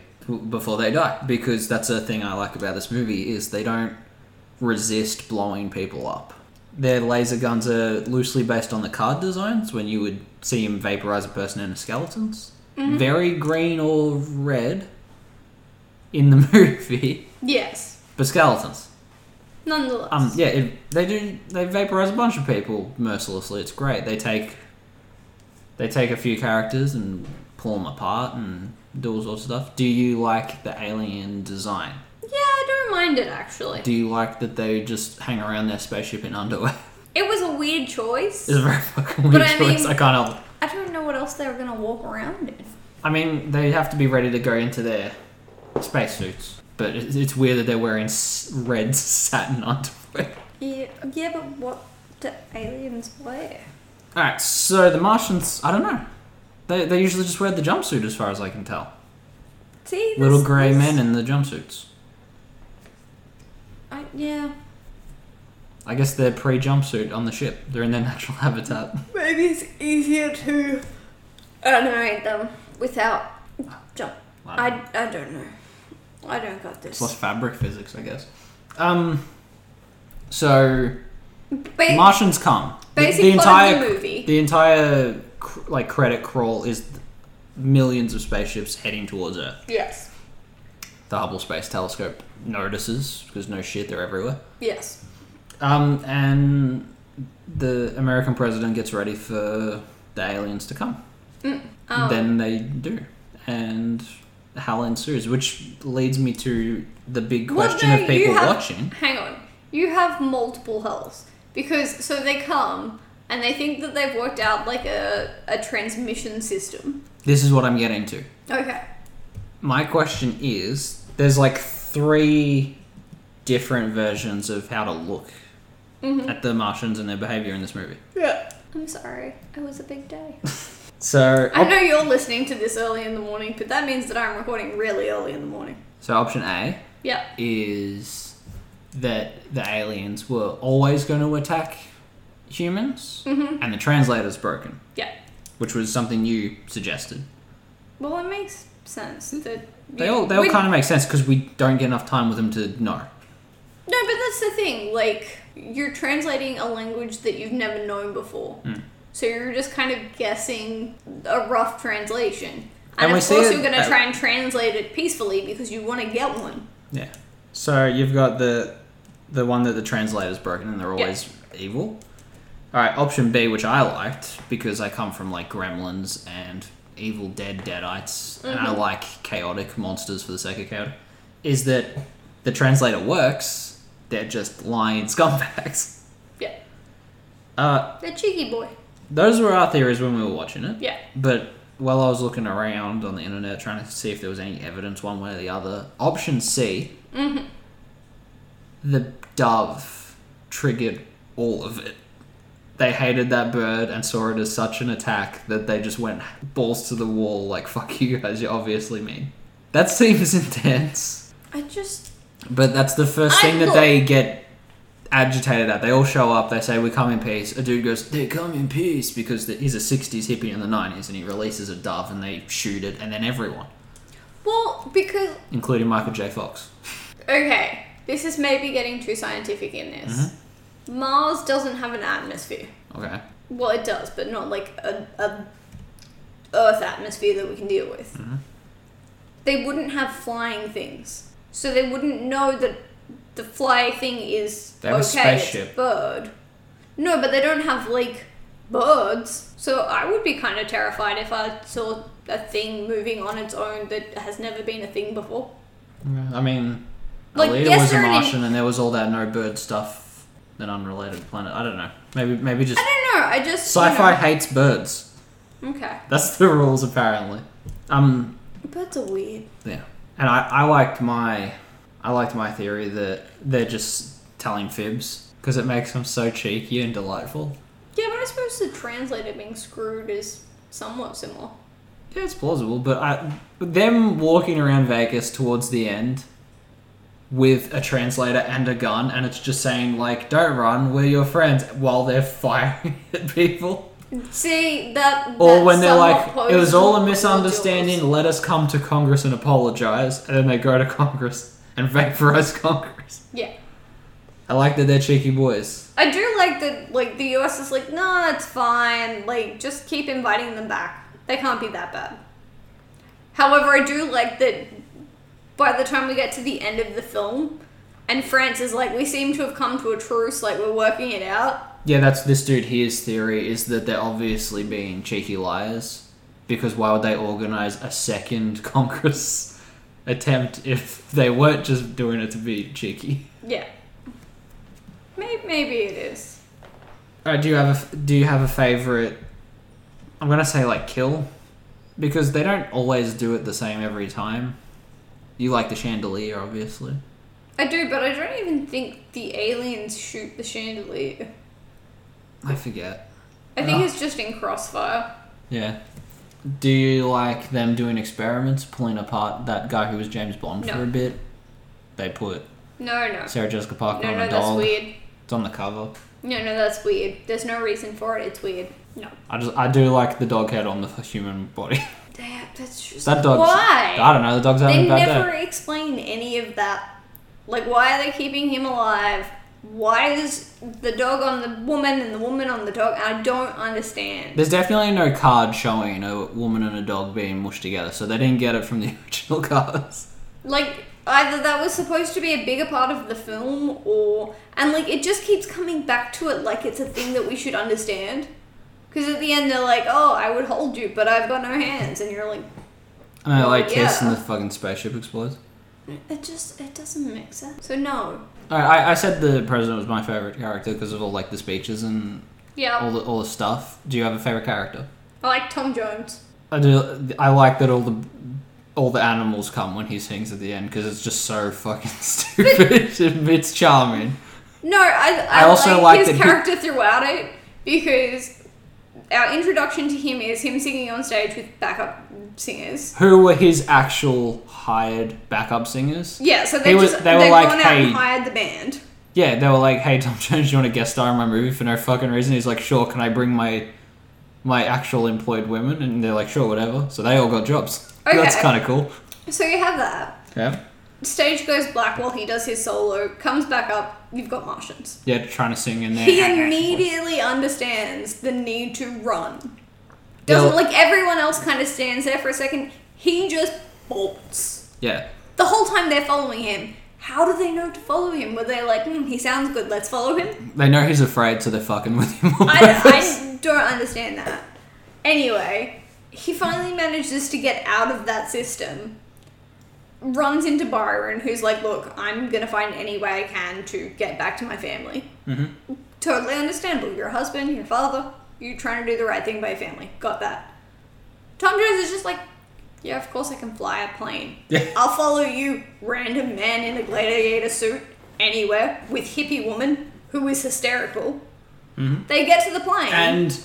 before they die, because that's a thing I like about this movie is they don't resist blowing people up. Their laser guns are loosely based on the card designs when you would see him vaporize a person in a skeletons. Very green or red in the movie, Yes. but skeletons. Nonetheless. Um, yeah, it, they do. They vaporize a bunch of people mercilessly. It's great. They take, they take a few characters and pull them apart and do all sorts of stuff. Do you like the alien design? yeah, I don't mind it actually. Do you like that they just hang around their spaceship in underwear? It was a weird choice. It's a very fucking weird I choice. mean- I can't help. it. I don't know what else they were gonna walk around in. I mean, they have to be ready to go into their spacesuits, but it, it's weird that they're wearing s- red satin underwear. Yeah, yeah, but what do aliens wear? All right, so the Martians, I don't know. They, they usually just wear the jumpsuit, as far as I can tell. See, this- Little grey this- men in the jumpsuits. I, yeah, I guess they're pre-jumpsuit on the ship. They're in their natural habitat. maybe it's easier to animate them without Uh, jump. I, I don't know. I don't got It's this. less fabric physics, I guess. Um, so Ba- Martians come. The- basic the plot of entire the movie. the entire cr- like credit crawl is millions of spaceships heading towards Earth. yes, The Hubble Space Telescope notices because no shit, they're everywhere. yes. Um, and the American president gets ready for the aliens to come. Um, Then they do. And hell ensues, which leads me to the big Well, question no, of people you have- watching. Hang on. You have multiple hells because so they come and they think that they've worked out like a a transmission system. This is what I'm getting to. Okay. My question is there's like three different versions of how to look Mm-hmm. at the Martians and their behavior in this movie. Yeah. I'm sorry. It was a big day. So, I op- know you're listening to this early in the morning, but that means that I'm recording really early in the morning. so option A Yep. is that the aliens were always going to attack humans and the translator's broken. Yep. which was something you suggested. Well, it makes sense that They you- all they all we- kind of make sense because we don't get enough time with them to know. No, but that's the thing. Like you're translating a language that you've never known before, so you're just kind of guessing a rough translation. And And, we of see course, it- you're going to uh, try and translate it peacefully because you want to get one. Yeah. So you've got the the one that the translator's broken and they're Yeah. always evil. Alright, option B, which I liked, because I come from like gremlins and evil dead deadites, and I like chaotic monsters for the sake of chaotic, is that the translator works, they're just lying scumbags. Yeah, Uh, the cheeky boy. those were our theories when we were watching it. Yeah. But while I was looking around on the internet trying to see if there was any evidence one way or the other, option C, the dove triggered all of it. They hated that bird and saw it as such an attack that they just went balls to the wall, like, fuck you guys, you're obviously mean. That seems intense. I just But that's the first I thing that thought- they get agitated at. They all show up, they say, We come in peace. A dude goes, They come in peace, because the, he's a 60s hippie in the 90s, and he releases a dove and they shoot it, and then everyone, well because including Michael J. Fox. okay, this is maybe getting too scientific in this. Mars doesn't have an atmosphere. Okay. Well, it does, but not like a, a Earth atmosphere that we can deal with. Mm-hmm. They wouldn't have flying things, so they wouldn't know that the fly thing is They okay. have a It's spaceship. a bird. No, but they don't have like birds. So I would be kind of terrified if I saw a thing moving on its own that has never been a thing before. Yeah, I mean, Like, Alita yes, was a they're in an- Martian, and there was all that no bird stuff, an unrelated planet. I don't know. Maybe, maybe just I don't know. I just you know- sci-fi hates birds. Okay, That's the rules, apparently. Um, birds are weird. yeah. And I, I liked my, I liked my theory that they're just telling fibs because it makes them so cheeky and delightful. Yeah, but I suppose the translator being screwed is somewhat similar. Yeah, it's plausible, but I, them walking around Vegas towards the end with a translator and a gun, and it's just saying like, "Don't run, we're your friends," while they're firing at people, See that, or that when they're somewhat like, poses "It was all a moral misunderstanding. duels. Let us come to Congress and apologize," and then they go to Congress and vaporize Congress. Yeah, I like that they're cheeky boys. I do like that. Like the US is like, no, it's fine. Like just keep inviting them back. They can't be that bad. However, I do like that. By the time we get to the end of the film, and France is like, we seem to have come to a truce. Like we're working it out. Yeah, that's this dude here's theory is that they're obviously being cheeky liars because why would they organize a second Congress attempt if they weren't just doing it to be cheeky? Yeah. Maybe, maybe it is. All right, do you have a f- do you have a favorite? I'm gonna say like kill because they don't always do it the same every time. You like the chandelier, obviously. I do, but I don't even think the aliens shoot the chandelier. I forget. I think Ah. it's just in crossfire. Yeah. Do you like them doing experiments, pulling apart that guy who was James Bond No. for a bit? They put No, no. Sarah Jessica Parker No, on no, a that's dog. weird. It's on the cover. No, no, that's weird. There's no reason for it. It's weird. No. I just I do like the dog head on the human body. Damn, that's just. that dog's I Why? don't know. The dog's having They a bad never day. explain any of that. Like, why are they keeping him alive? Why is the dog on the woman and the woman on the dog? I don't understand. There's definitely no card showing a woman and a dog being mushed together, so they didn't get it from the original cards. Like, either that was supposed to be a bigger part of the film, or. And, like, it just keeps coming back to it like it's a thing that we should understand. Because at the end, they're like, oh, I would hold you, but I've got no hands. And you're like, And they like kiss yeah. and the fucking spaceship explodes. It just it doesn't make sense. So no. Alright, I, I said the president was my favorite character because of all like the speeches and all Yeah. the all the stuff. Do you have a favorite character? I like Tom Jones. I do. I like that all the all the animals come when he sings at the end because it's just so fucking stupid. it's charming. No, I I, I also like, like his that he- character throughout it because our introduction to him is him singing on stage with backup singers. Who were his actual hired backup singers? Yeah, so He they was- just they they were have like, gone out "Hey." and hired the band. Yeah, they were like, "Hey, Tom Jones, do you want to guest star in my movie for no fucking reason?" He's like, "Sure, can I bring my my actual employed women, and they're like, sure, whatever. So they all got jobs. Okay. That's kind of cool. So you have that. Yeah. Stage goes black while he does his solo, comes back up, you've got Martians. Yeah, trying to sing in there. He immediately understands the need to run. Doesn't Yeah. like everyone else kind of stands there for a second. He just bolts. Yeah. The whole time they're following him. How do they know to follow him? Were they like, hmm, he sounds good, let's follow him? They know he's afraid, so they're fucking with him. on I, purpose. I don't understand that. Anyway, he finally manages to get out of that system. Runs into Byron, who's like, look, I'm gonna find any way I can to get back to my family. Mhm. Totally understandable. You're a husband, you're a father, you're trying to do the right thing by your family. Got that. Tom Jones is just like, yeah, of course I can fly a plane. Yeah. I'll follow you, random man in a gladiator suit, anywhere with hippie woman who is hysterical. They get to the plane. and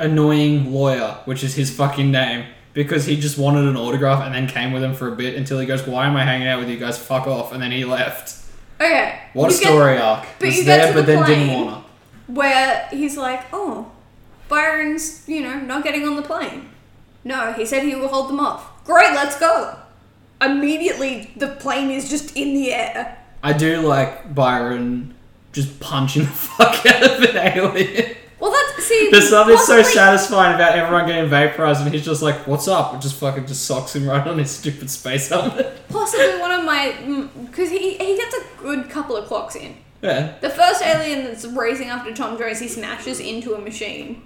annoying lawyer, which is his fucking name, because he just wanted an autograph and then came with him for a bit until he goes, "Why am I hanging out with you guys? Fuck off!" And then he left. okay, What a you get- story arc. but Was you get there, to but the then didn't plane. wanna. where he's like, oh, Byron's, you know, not getting on the plane. No, he said he will hold them off. Great, let's go. Immediately, the plane is just in the air. I do like Byron just punching the fuck out of an alien. Well, that's see. There's something so possibly- satisfying about everyone getting vaporized, and he's just like, "What's up?" It just fucking just socks him right on his stupid space helmet. Possibly one of my, because he he gets a good couple of clocks in. Yeah, The first alien that's racing after Tom Jones, he smashes into a machine.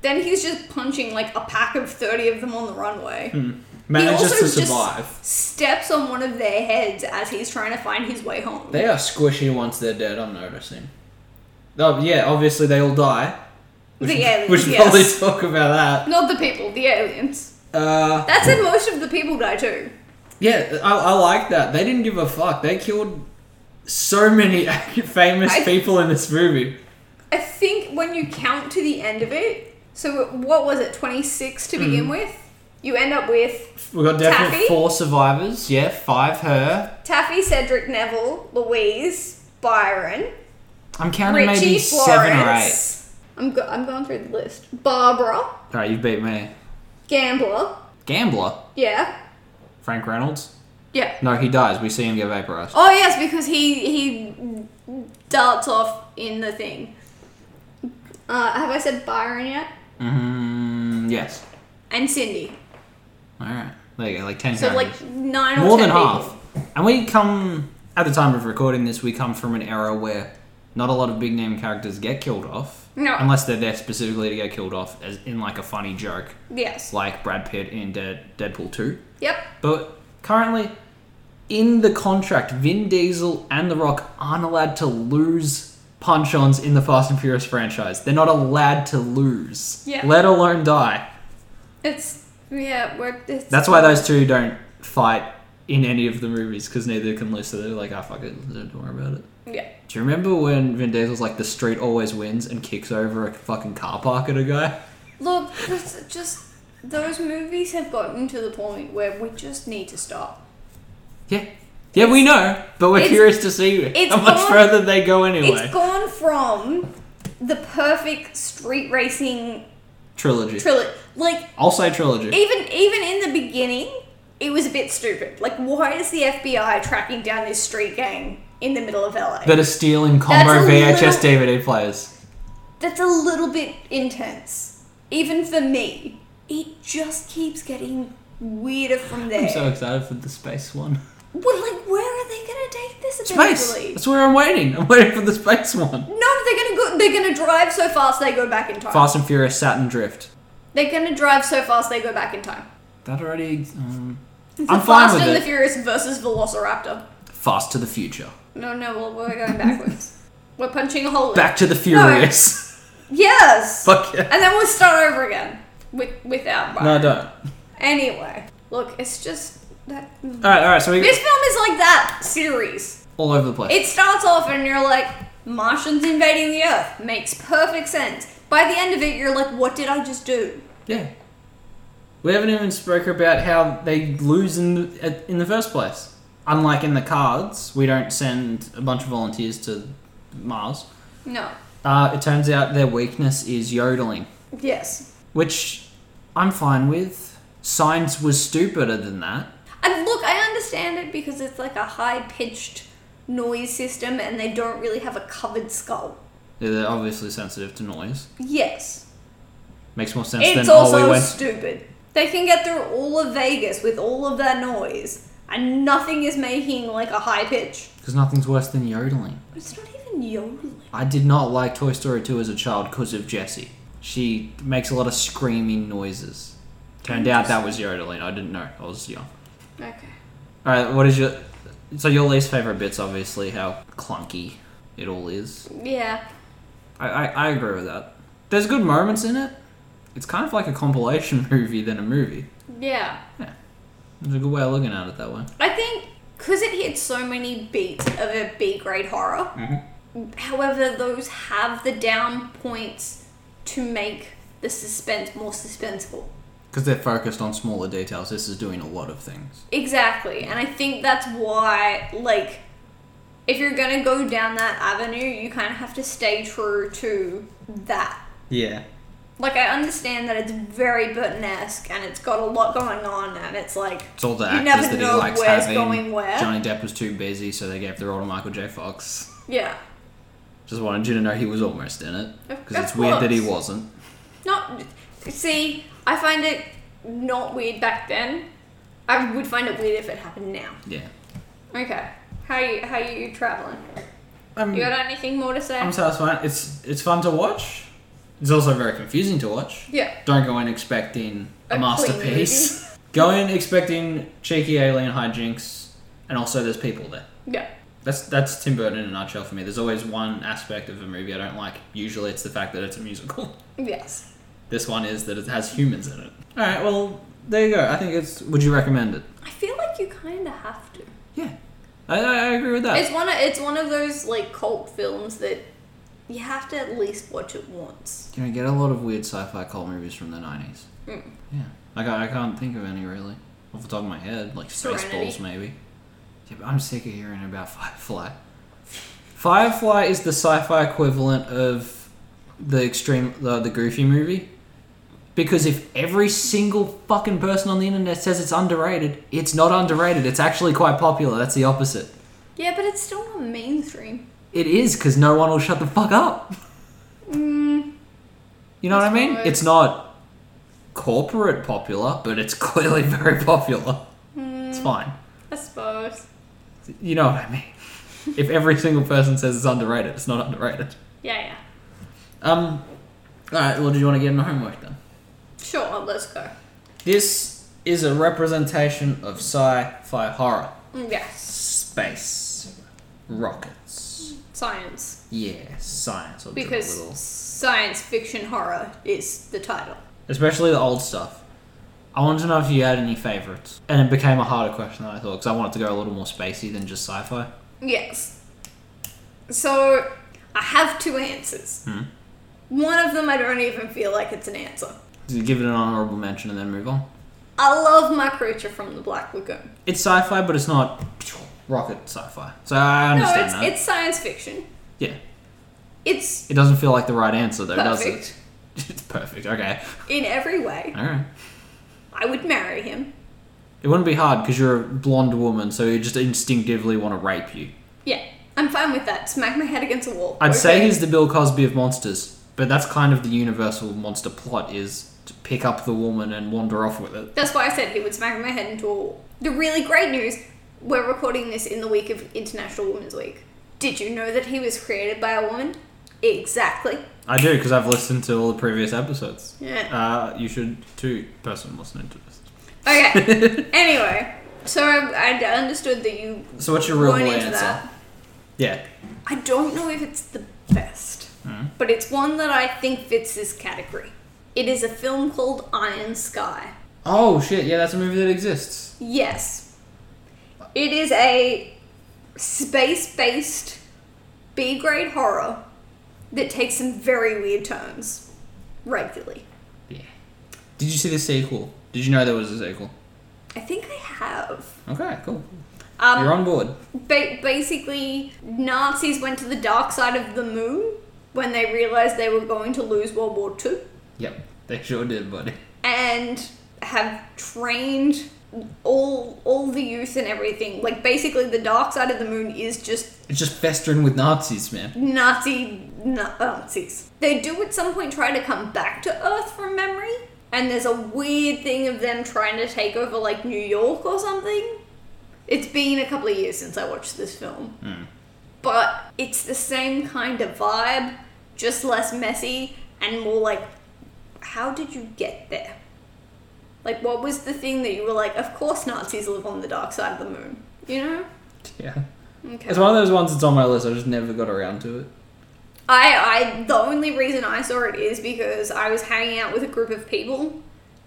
Then he's just punching like a pack of thirty of them on the Hmm. runway. manages also to just- survive. Steps on one of their heads as he's trying to find his way home. They are squishy once they're dead, I'm noticing. Oh, yeah, obviously they all die. the aliens, We should yes. probably talk about Not the people, the aliens. that. Uh, That's it. Most of the people die too. yeah, I, I like that. They didn't give a fuck. They killed so many famous I- people in this movie. I think when you count to the end of it, so what was it, twenty six to begin Mm. with? You end up with We got definite Taffy? four survivors. Yeah, five her. Taffy, Cedric, Neville, Louise, Byron, I'm counting Richie, maybe Florence. seven or eight. I'm go- I'm going through the list. Barbara, All right, you beat me. Gambler, Gambler. yeah, Frank Reynolds. yeah. No, he dies. We see him get vaporized. Oh yes, because he he darts off in the thing. Uh, have I said Byron yet? Mm-hmm. Yes. And Cindy. All right. There you go. Like ten. So characters. like nine or more ten than people. half. And we come at the time of recording this, we come from an era where not a lot of big name characters get killed off, No. unless they're there specifically to get killed off, as in like a funny joke, Yes. like Brad Pitt in Dead, Deadpool Two. Yep. But currently, in the contract, Vin Diesel and The Rock aren't allowed to lose punch-ons in the Fast and Furious franchise. They're not allowed to lose, Yeah. let alone die. It's yeah. We're, it's, That's why those two don't fight in any of the movies because neither can lose. So they're like, "Ah, fuck it, don't worry about it." Yeah. Do you remember when Vin Diesel's like, "The street always wins" and kicks over a fucking car park at a guy? Look, it's just those movies have gotten to the point where we just need to stop. Yeah, yeah, we know, but we're It's- curious to see it's how much gone- further they go anyway. It's gone from the perfect street racing trilogy. trilogy. Like I'll say trilogy. even even in the beginning, it was a bit stupid. Like why is the FBI tracking down this street gang in the middle of LA? that are stealing combo a VHS little- DVD players. That's a little bit intense, even for me. It just keeps getting weirder from there. I'm so excited for the space one. Well, like, where are they gonna take this Space. eventually? That's where I'm waiting. I'm waiting for the space one. No, they're gonna go. They're gonna drive so fast they go back in time. Fast and Furious Saturn Drift. They're gonna drive so fast they go back in time. That already. Um, It's I'm the fine Fast with and the it. Furious versus Velociraptor. Fast to the future. No, no, well, we're going backwards. we're punching a hole. in- Back to the Furious. Yes. Fuck yeah. And then we'll start over again with without. Brian. No, don't. Anyway, look, it's just that this All right, all right. So we film is like that series. all over the place. It starts off and you're like, Martians invading the Earth makes perfect sense. By the end of it, you're like, what did I just do? yeah. We haven't even spoke about how they lose in the, at- in the first place. Unlike in the cards, we don't send a bunch of volunteers to Mars. No. Uh, it turns out their weakness is yodeling. Yes. which I'm fine with. Signs was stupider than that. And look, I understand it because it's like a high pitched noise system and they don't really have a covered skull. They're obviously sensitive to noise. Yes. Makes more sense It's than oh also we went. stupid. They can get through all of Vegas with all of that noise, and nothing is making like a high pitch. Because nothing's worse than yodeling. It's not even yodeling. I did not like Toy Story 2 as a child because of Jessie. She makes a lot of screaming noises. Turned out that was yodeling. I didn't know. I was young. Okay. All right, what is your so your least favorite bits? Obviously, how clunky it all is. Yeah. I, I I agree with that. There's good moments in it. It's kind of like a compilation movie than a movie. Yeah. It's a good way of looking at it that way. I think because it hits so many beats of a B grade horror, however, those have the down points to make the suspense more suspenseful. Because they're focused on smaller details. This is doing a lot of things. Exactly. And I think that's why, like, if you're going to go down that avenue, you kind of have to stay true to that. Yeah. Like, I understand that it's very Burton esque and it's got a lot going on, and it's like, It's all the You never actors that he know likes where's having. going where. Johnny Depp was too busy, so they gave the role to Michael J. Fox. yeah. Just wanted you to know he was almost in it. Of- Because it's of weird that he course. wasn't. Not. See, I find it not weird back then. I would find it weird if it happened now. Yeah. Okay. How you how you traveling? I'm, You got anything more to say? Um, I'm satisfied. It's it's fun to watch. It's also very confusing to watch. yeah. Don't go in expecting a, A masterpiece. go in expecting cheeky alien hijinks, and also there's people there. Yeah. That's that's Tim Burton in a nutshell for me. There's always one aspect of a movie I don't like. Usually it's the fact that it's a musical. Yes. This one is that it has humans in it. All right, well there you go. I think it's. Would you recommend it? I feel like you kind of have to. Yeah, I, I, I agree with that. It's one of it's one of those like cult films that you have to at least watch it once. you know, get a lot of weird sci-fi cult movies from the nineties. Mm. Yeah, like I, I can't think of any really off the top of my head. Like Serenity. Spaceballs, maybe. Yeah, but I'm sick of hearing about Firefly. Firefly is the sci-fi equivalent of the extreme, the, the Goofy movie. Because if every single fucking person on the internet says it's underrated, it's not underrated. It's actually quite popular. That's the opposite. Yeah, but it's still not mainstream. It is because no one will shut the fuck up. Hmm, You know That's what I mean? right. It's not corporate popular, but it's clearly very popular. It's fine. I suppose. You know what I mean? if every single person says it's underrated, it's not underrated. Yeah, yeah. Um, all right. Well, do you want to get into homework then? Sure, let's go. This is a representation of sci-fi horror. Mm, Yes, Space, rockets. science Yeah, science. I'll do a because little- science fiction horror is the title. especially the old stuff. I wanted to know if you had any favorites, and it became a harder question than I thought because I wanted to go a little more spacey than just sci-fi. Yes. So I have two answers. Hmm. One of them I don't even feel like it's an answer. So give it an honorable mention and then move on. I love my creature from the Black Lagoon. It's sci-fi, but it's not rocket sci-fi. So I No, understand it's that. it's science fiction. yeah, It's it doesn't feel like the right answer though, Perfect. does it? it's perfect. Okay, in every way. all right. I would marry him. It wouldn't be hard because you're a blonde woman, so you just instinctively want to rape you. Yeah, I'm fine with that. Smack my head against a wall. I'd say Okay. he's the Bill Cosby of monsters, but that's kind of the universal monster plot: is to pick up the woman and wander off with it. That's why I said he would smack my head into a wall. The really great news we're recording this in the week of International Women's Week. Did you know that he was created by a woman? Exactly. I do because I've listened to all the previous episodes. Yeah. Uh, you should too, person listening to this. Okay. anyway, so I, I understood that you So what's your real weren't boy into answer? that. Yeah, I don't know if it's the best, Hmm? but it's one that I think fits this category. It is a film called Iron Sky. Oh shit! Yeah, that's a movie that exists. Yes. It is a space based B grade horror that takes some very weird turns regularly. Yeah. Did you see the sequel? Did you know there was a sequel? I think I have. Okay, cool. Um, You're on board. ba- basically, Nazis went to the dark side of the moon when they realized they were going to lose World War II. Yep. They sure did, buddy. and have trained all all the youth and everything. Like basically, the dark side of the moon is just It's just festering with Nazis, man. Nazi Na- Nazis. They do at some point try to come back to Earth from memory, and there's a weird thing of them trying to take over like New York or something. It's been a couple of years since I watched this film, but it's the same kind of vibe, just less messy and more like, how did you get there? Like, what was the thing that you were like? Of course, Nazis live on the dark side of the moon. You know? Yeah. Okay. It's one of those ones that's on my list. I just never got around to it. I, I the only reason I saw it is because I was hanging out with a group of people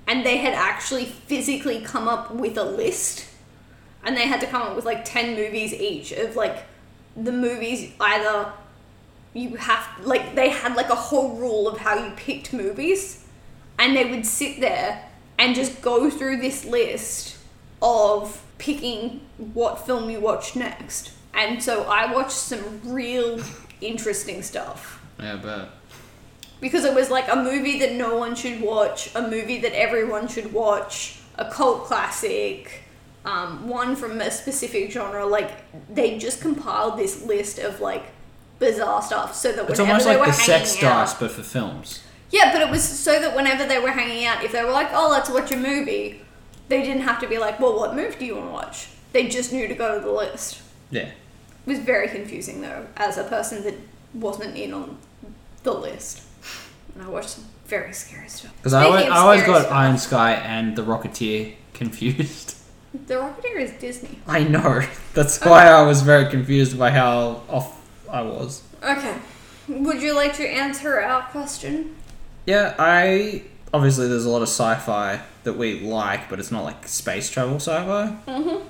and they had actually physically come up with a list and they had to come up with like 10 movies each of like the movies either you have like they had like a whole rule of how you picked movies and they would sit there and just go through this list of picking what film you watch next and so i watched some real interesting stuff Yeah, but because it was like a movie that no one should watch a movie that everyone should watch a cult classic um, one from a specific genre like they just compiled this list of like bizarre stuff so that it's whenever almost they like were the sex hanging out, dice, but for films. yeah, but it was so that whenever they were hanging out, if they were like, oh, let's watch a movie, they didn't have to be like, well, what movie do you want to watch? They just knew to go to the list. Yeah. It was very confusing, though, as a person that wasn't in on the list. And I watched some very scary stuff. Because I always, Speaking I of always scary got stuff, Iron Sky and The Rocketeer confused. The Rocketeer is Disney. I know. That's why I was very confused by how off I was. Okay. Would you like to answer our question? Yeah, I obviously there's a lot of sci-fi that we like, but it's not like space travel sci-fi. Mm-hmm.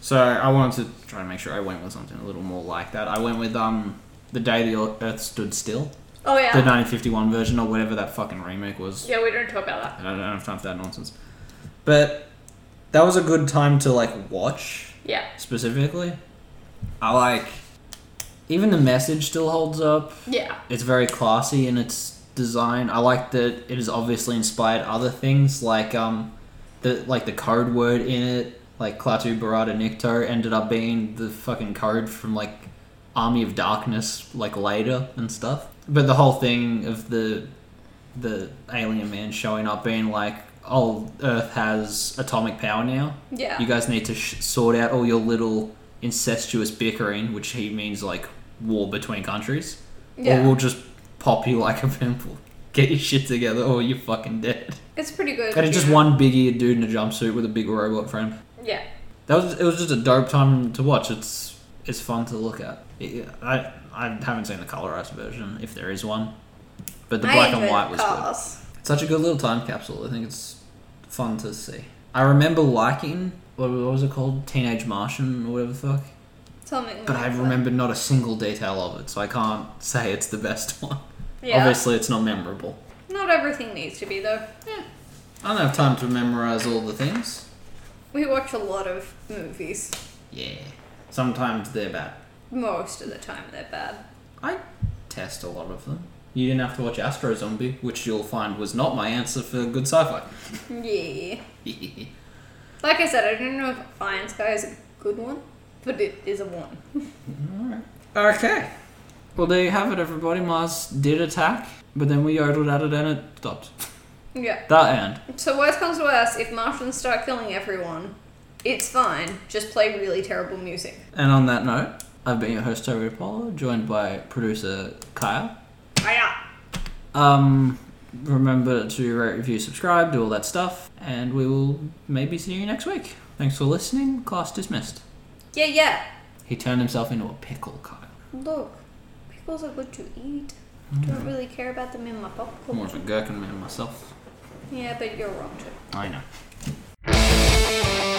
So I wanted to try and make sure I went with something a little more like that. I went with um, the day the Earth stood still, Oh, yeah. the 1951 version or whatever that fucking remake was. Yeah, we don't talk about that. I don't, I don't have time for that nonsense. But that was a good time to like watch Yeah. specifically. I like even the message still holds up. Yeah. It's very classy in its design. I like that it has obviously inspired other things like um the like the code word in it, like Klaatu Barada Nikto ended up being the fucking code from like Army of Darkness like later and stuff. But the whole thing of the the alien man showing up being like, "Oh, Earth has atomic power now." Yeah. You guys need to sh- sort out all your little incestuous bickering, which he means like war between countries, Yeah. or we'll just pop you like a pimple. Get your shit together, or you're fucking dead. It's pretty good. And it's just yeah. one big-eared dude in a jumpsuit with a big robot friend. Yeah. That was it. Was just a dope time to watch. It's it's fun to look at. It- I I haven't seen the colorized version if there is one, but the I black and enjoyed white was good. Cars. Such a good little time capsule. I think it's fun to see. I remember liking what, what was it called, Teenage Martian or whatever the fuck. Something But like I that. remember not a single detail of it, so I can't say it's the best one. Yeah. Obviously, it's not memorable. Not everything needs to be though. I don't have time to memorize all the things. We watch a lot of movies. Yeah, sometimes they're bad. Most of the time they're bad. I test a lot of them. You didn't have to watch Astro Zombie, which you'll find was not my answer for good sci-fi. Yeah. Like I said, I don't know if Iron Sky is a good one, but it is a one. Okay. Well, there you have it, everybody. Mars did attack, but then we yodeled at it and it stopped. Yeah. That end. So worst comes to worst, if Martians start killing everyone, it's fine. Just play really terrible music. And on that note, I've been your host, Toby Apollo, joined by producer Kyle. Hiya. Um, remember to rate, review, subscribe, do all that stuff, and we will maybe see you next week. Thanks for listening. Class dismissed. Yeah, yeah. He turned himself into a pickle, Kyle. Look, pickles are good to eat. Don't really care about them in my I'm more of popcorn. a gherkin man myself. Yeah, but you're wrong too. I know.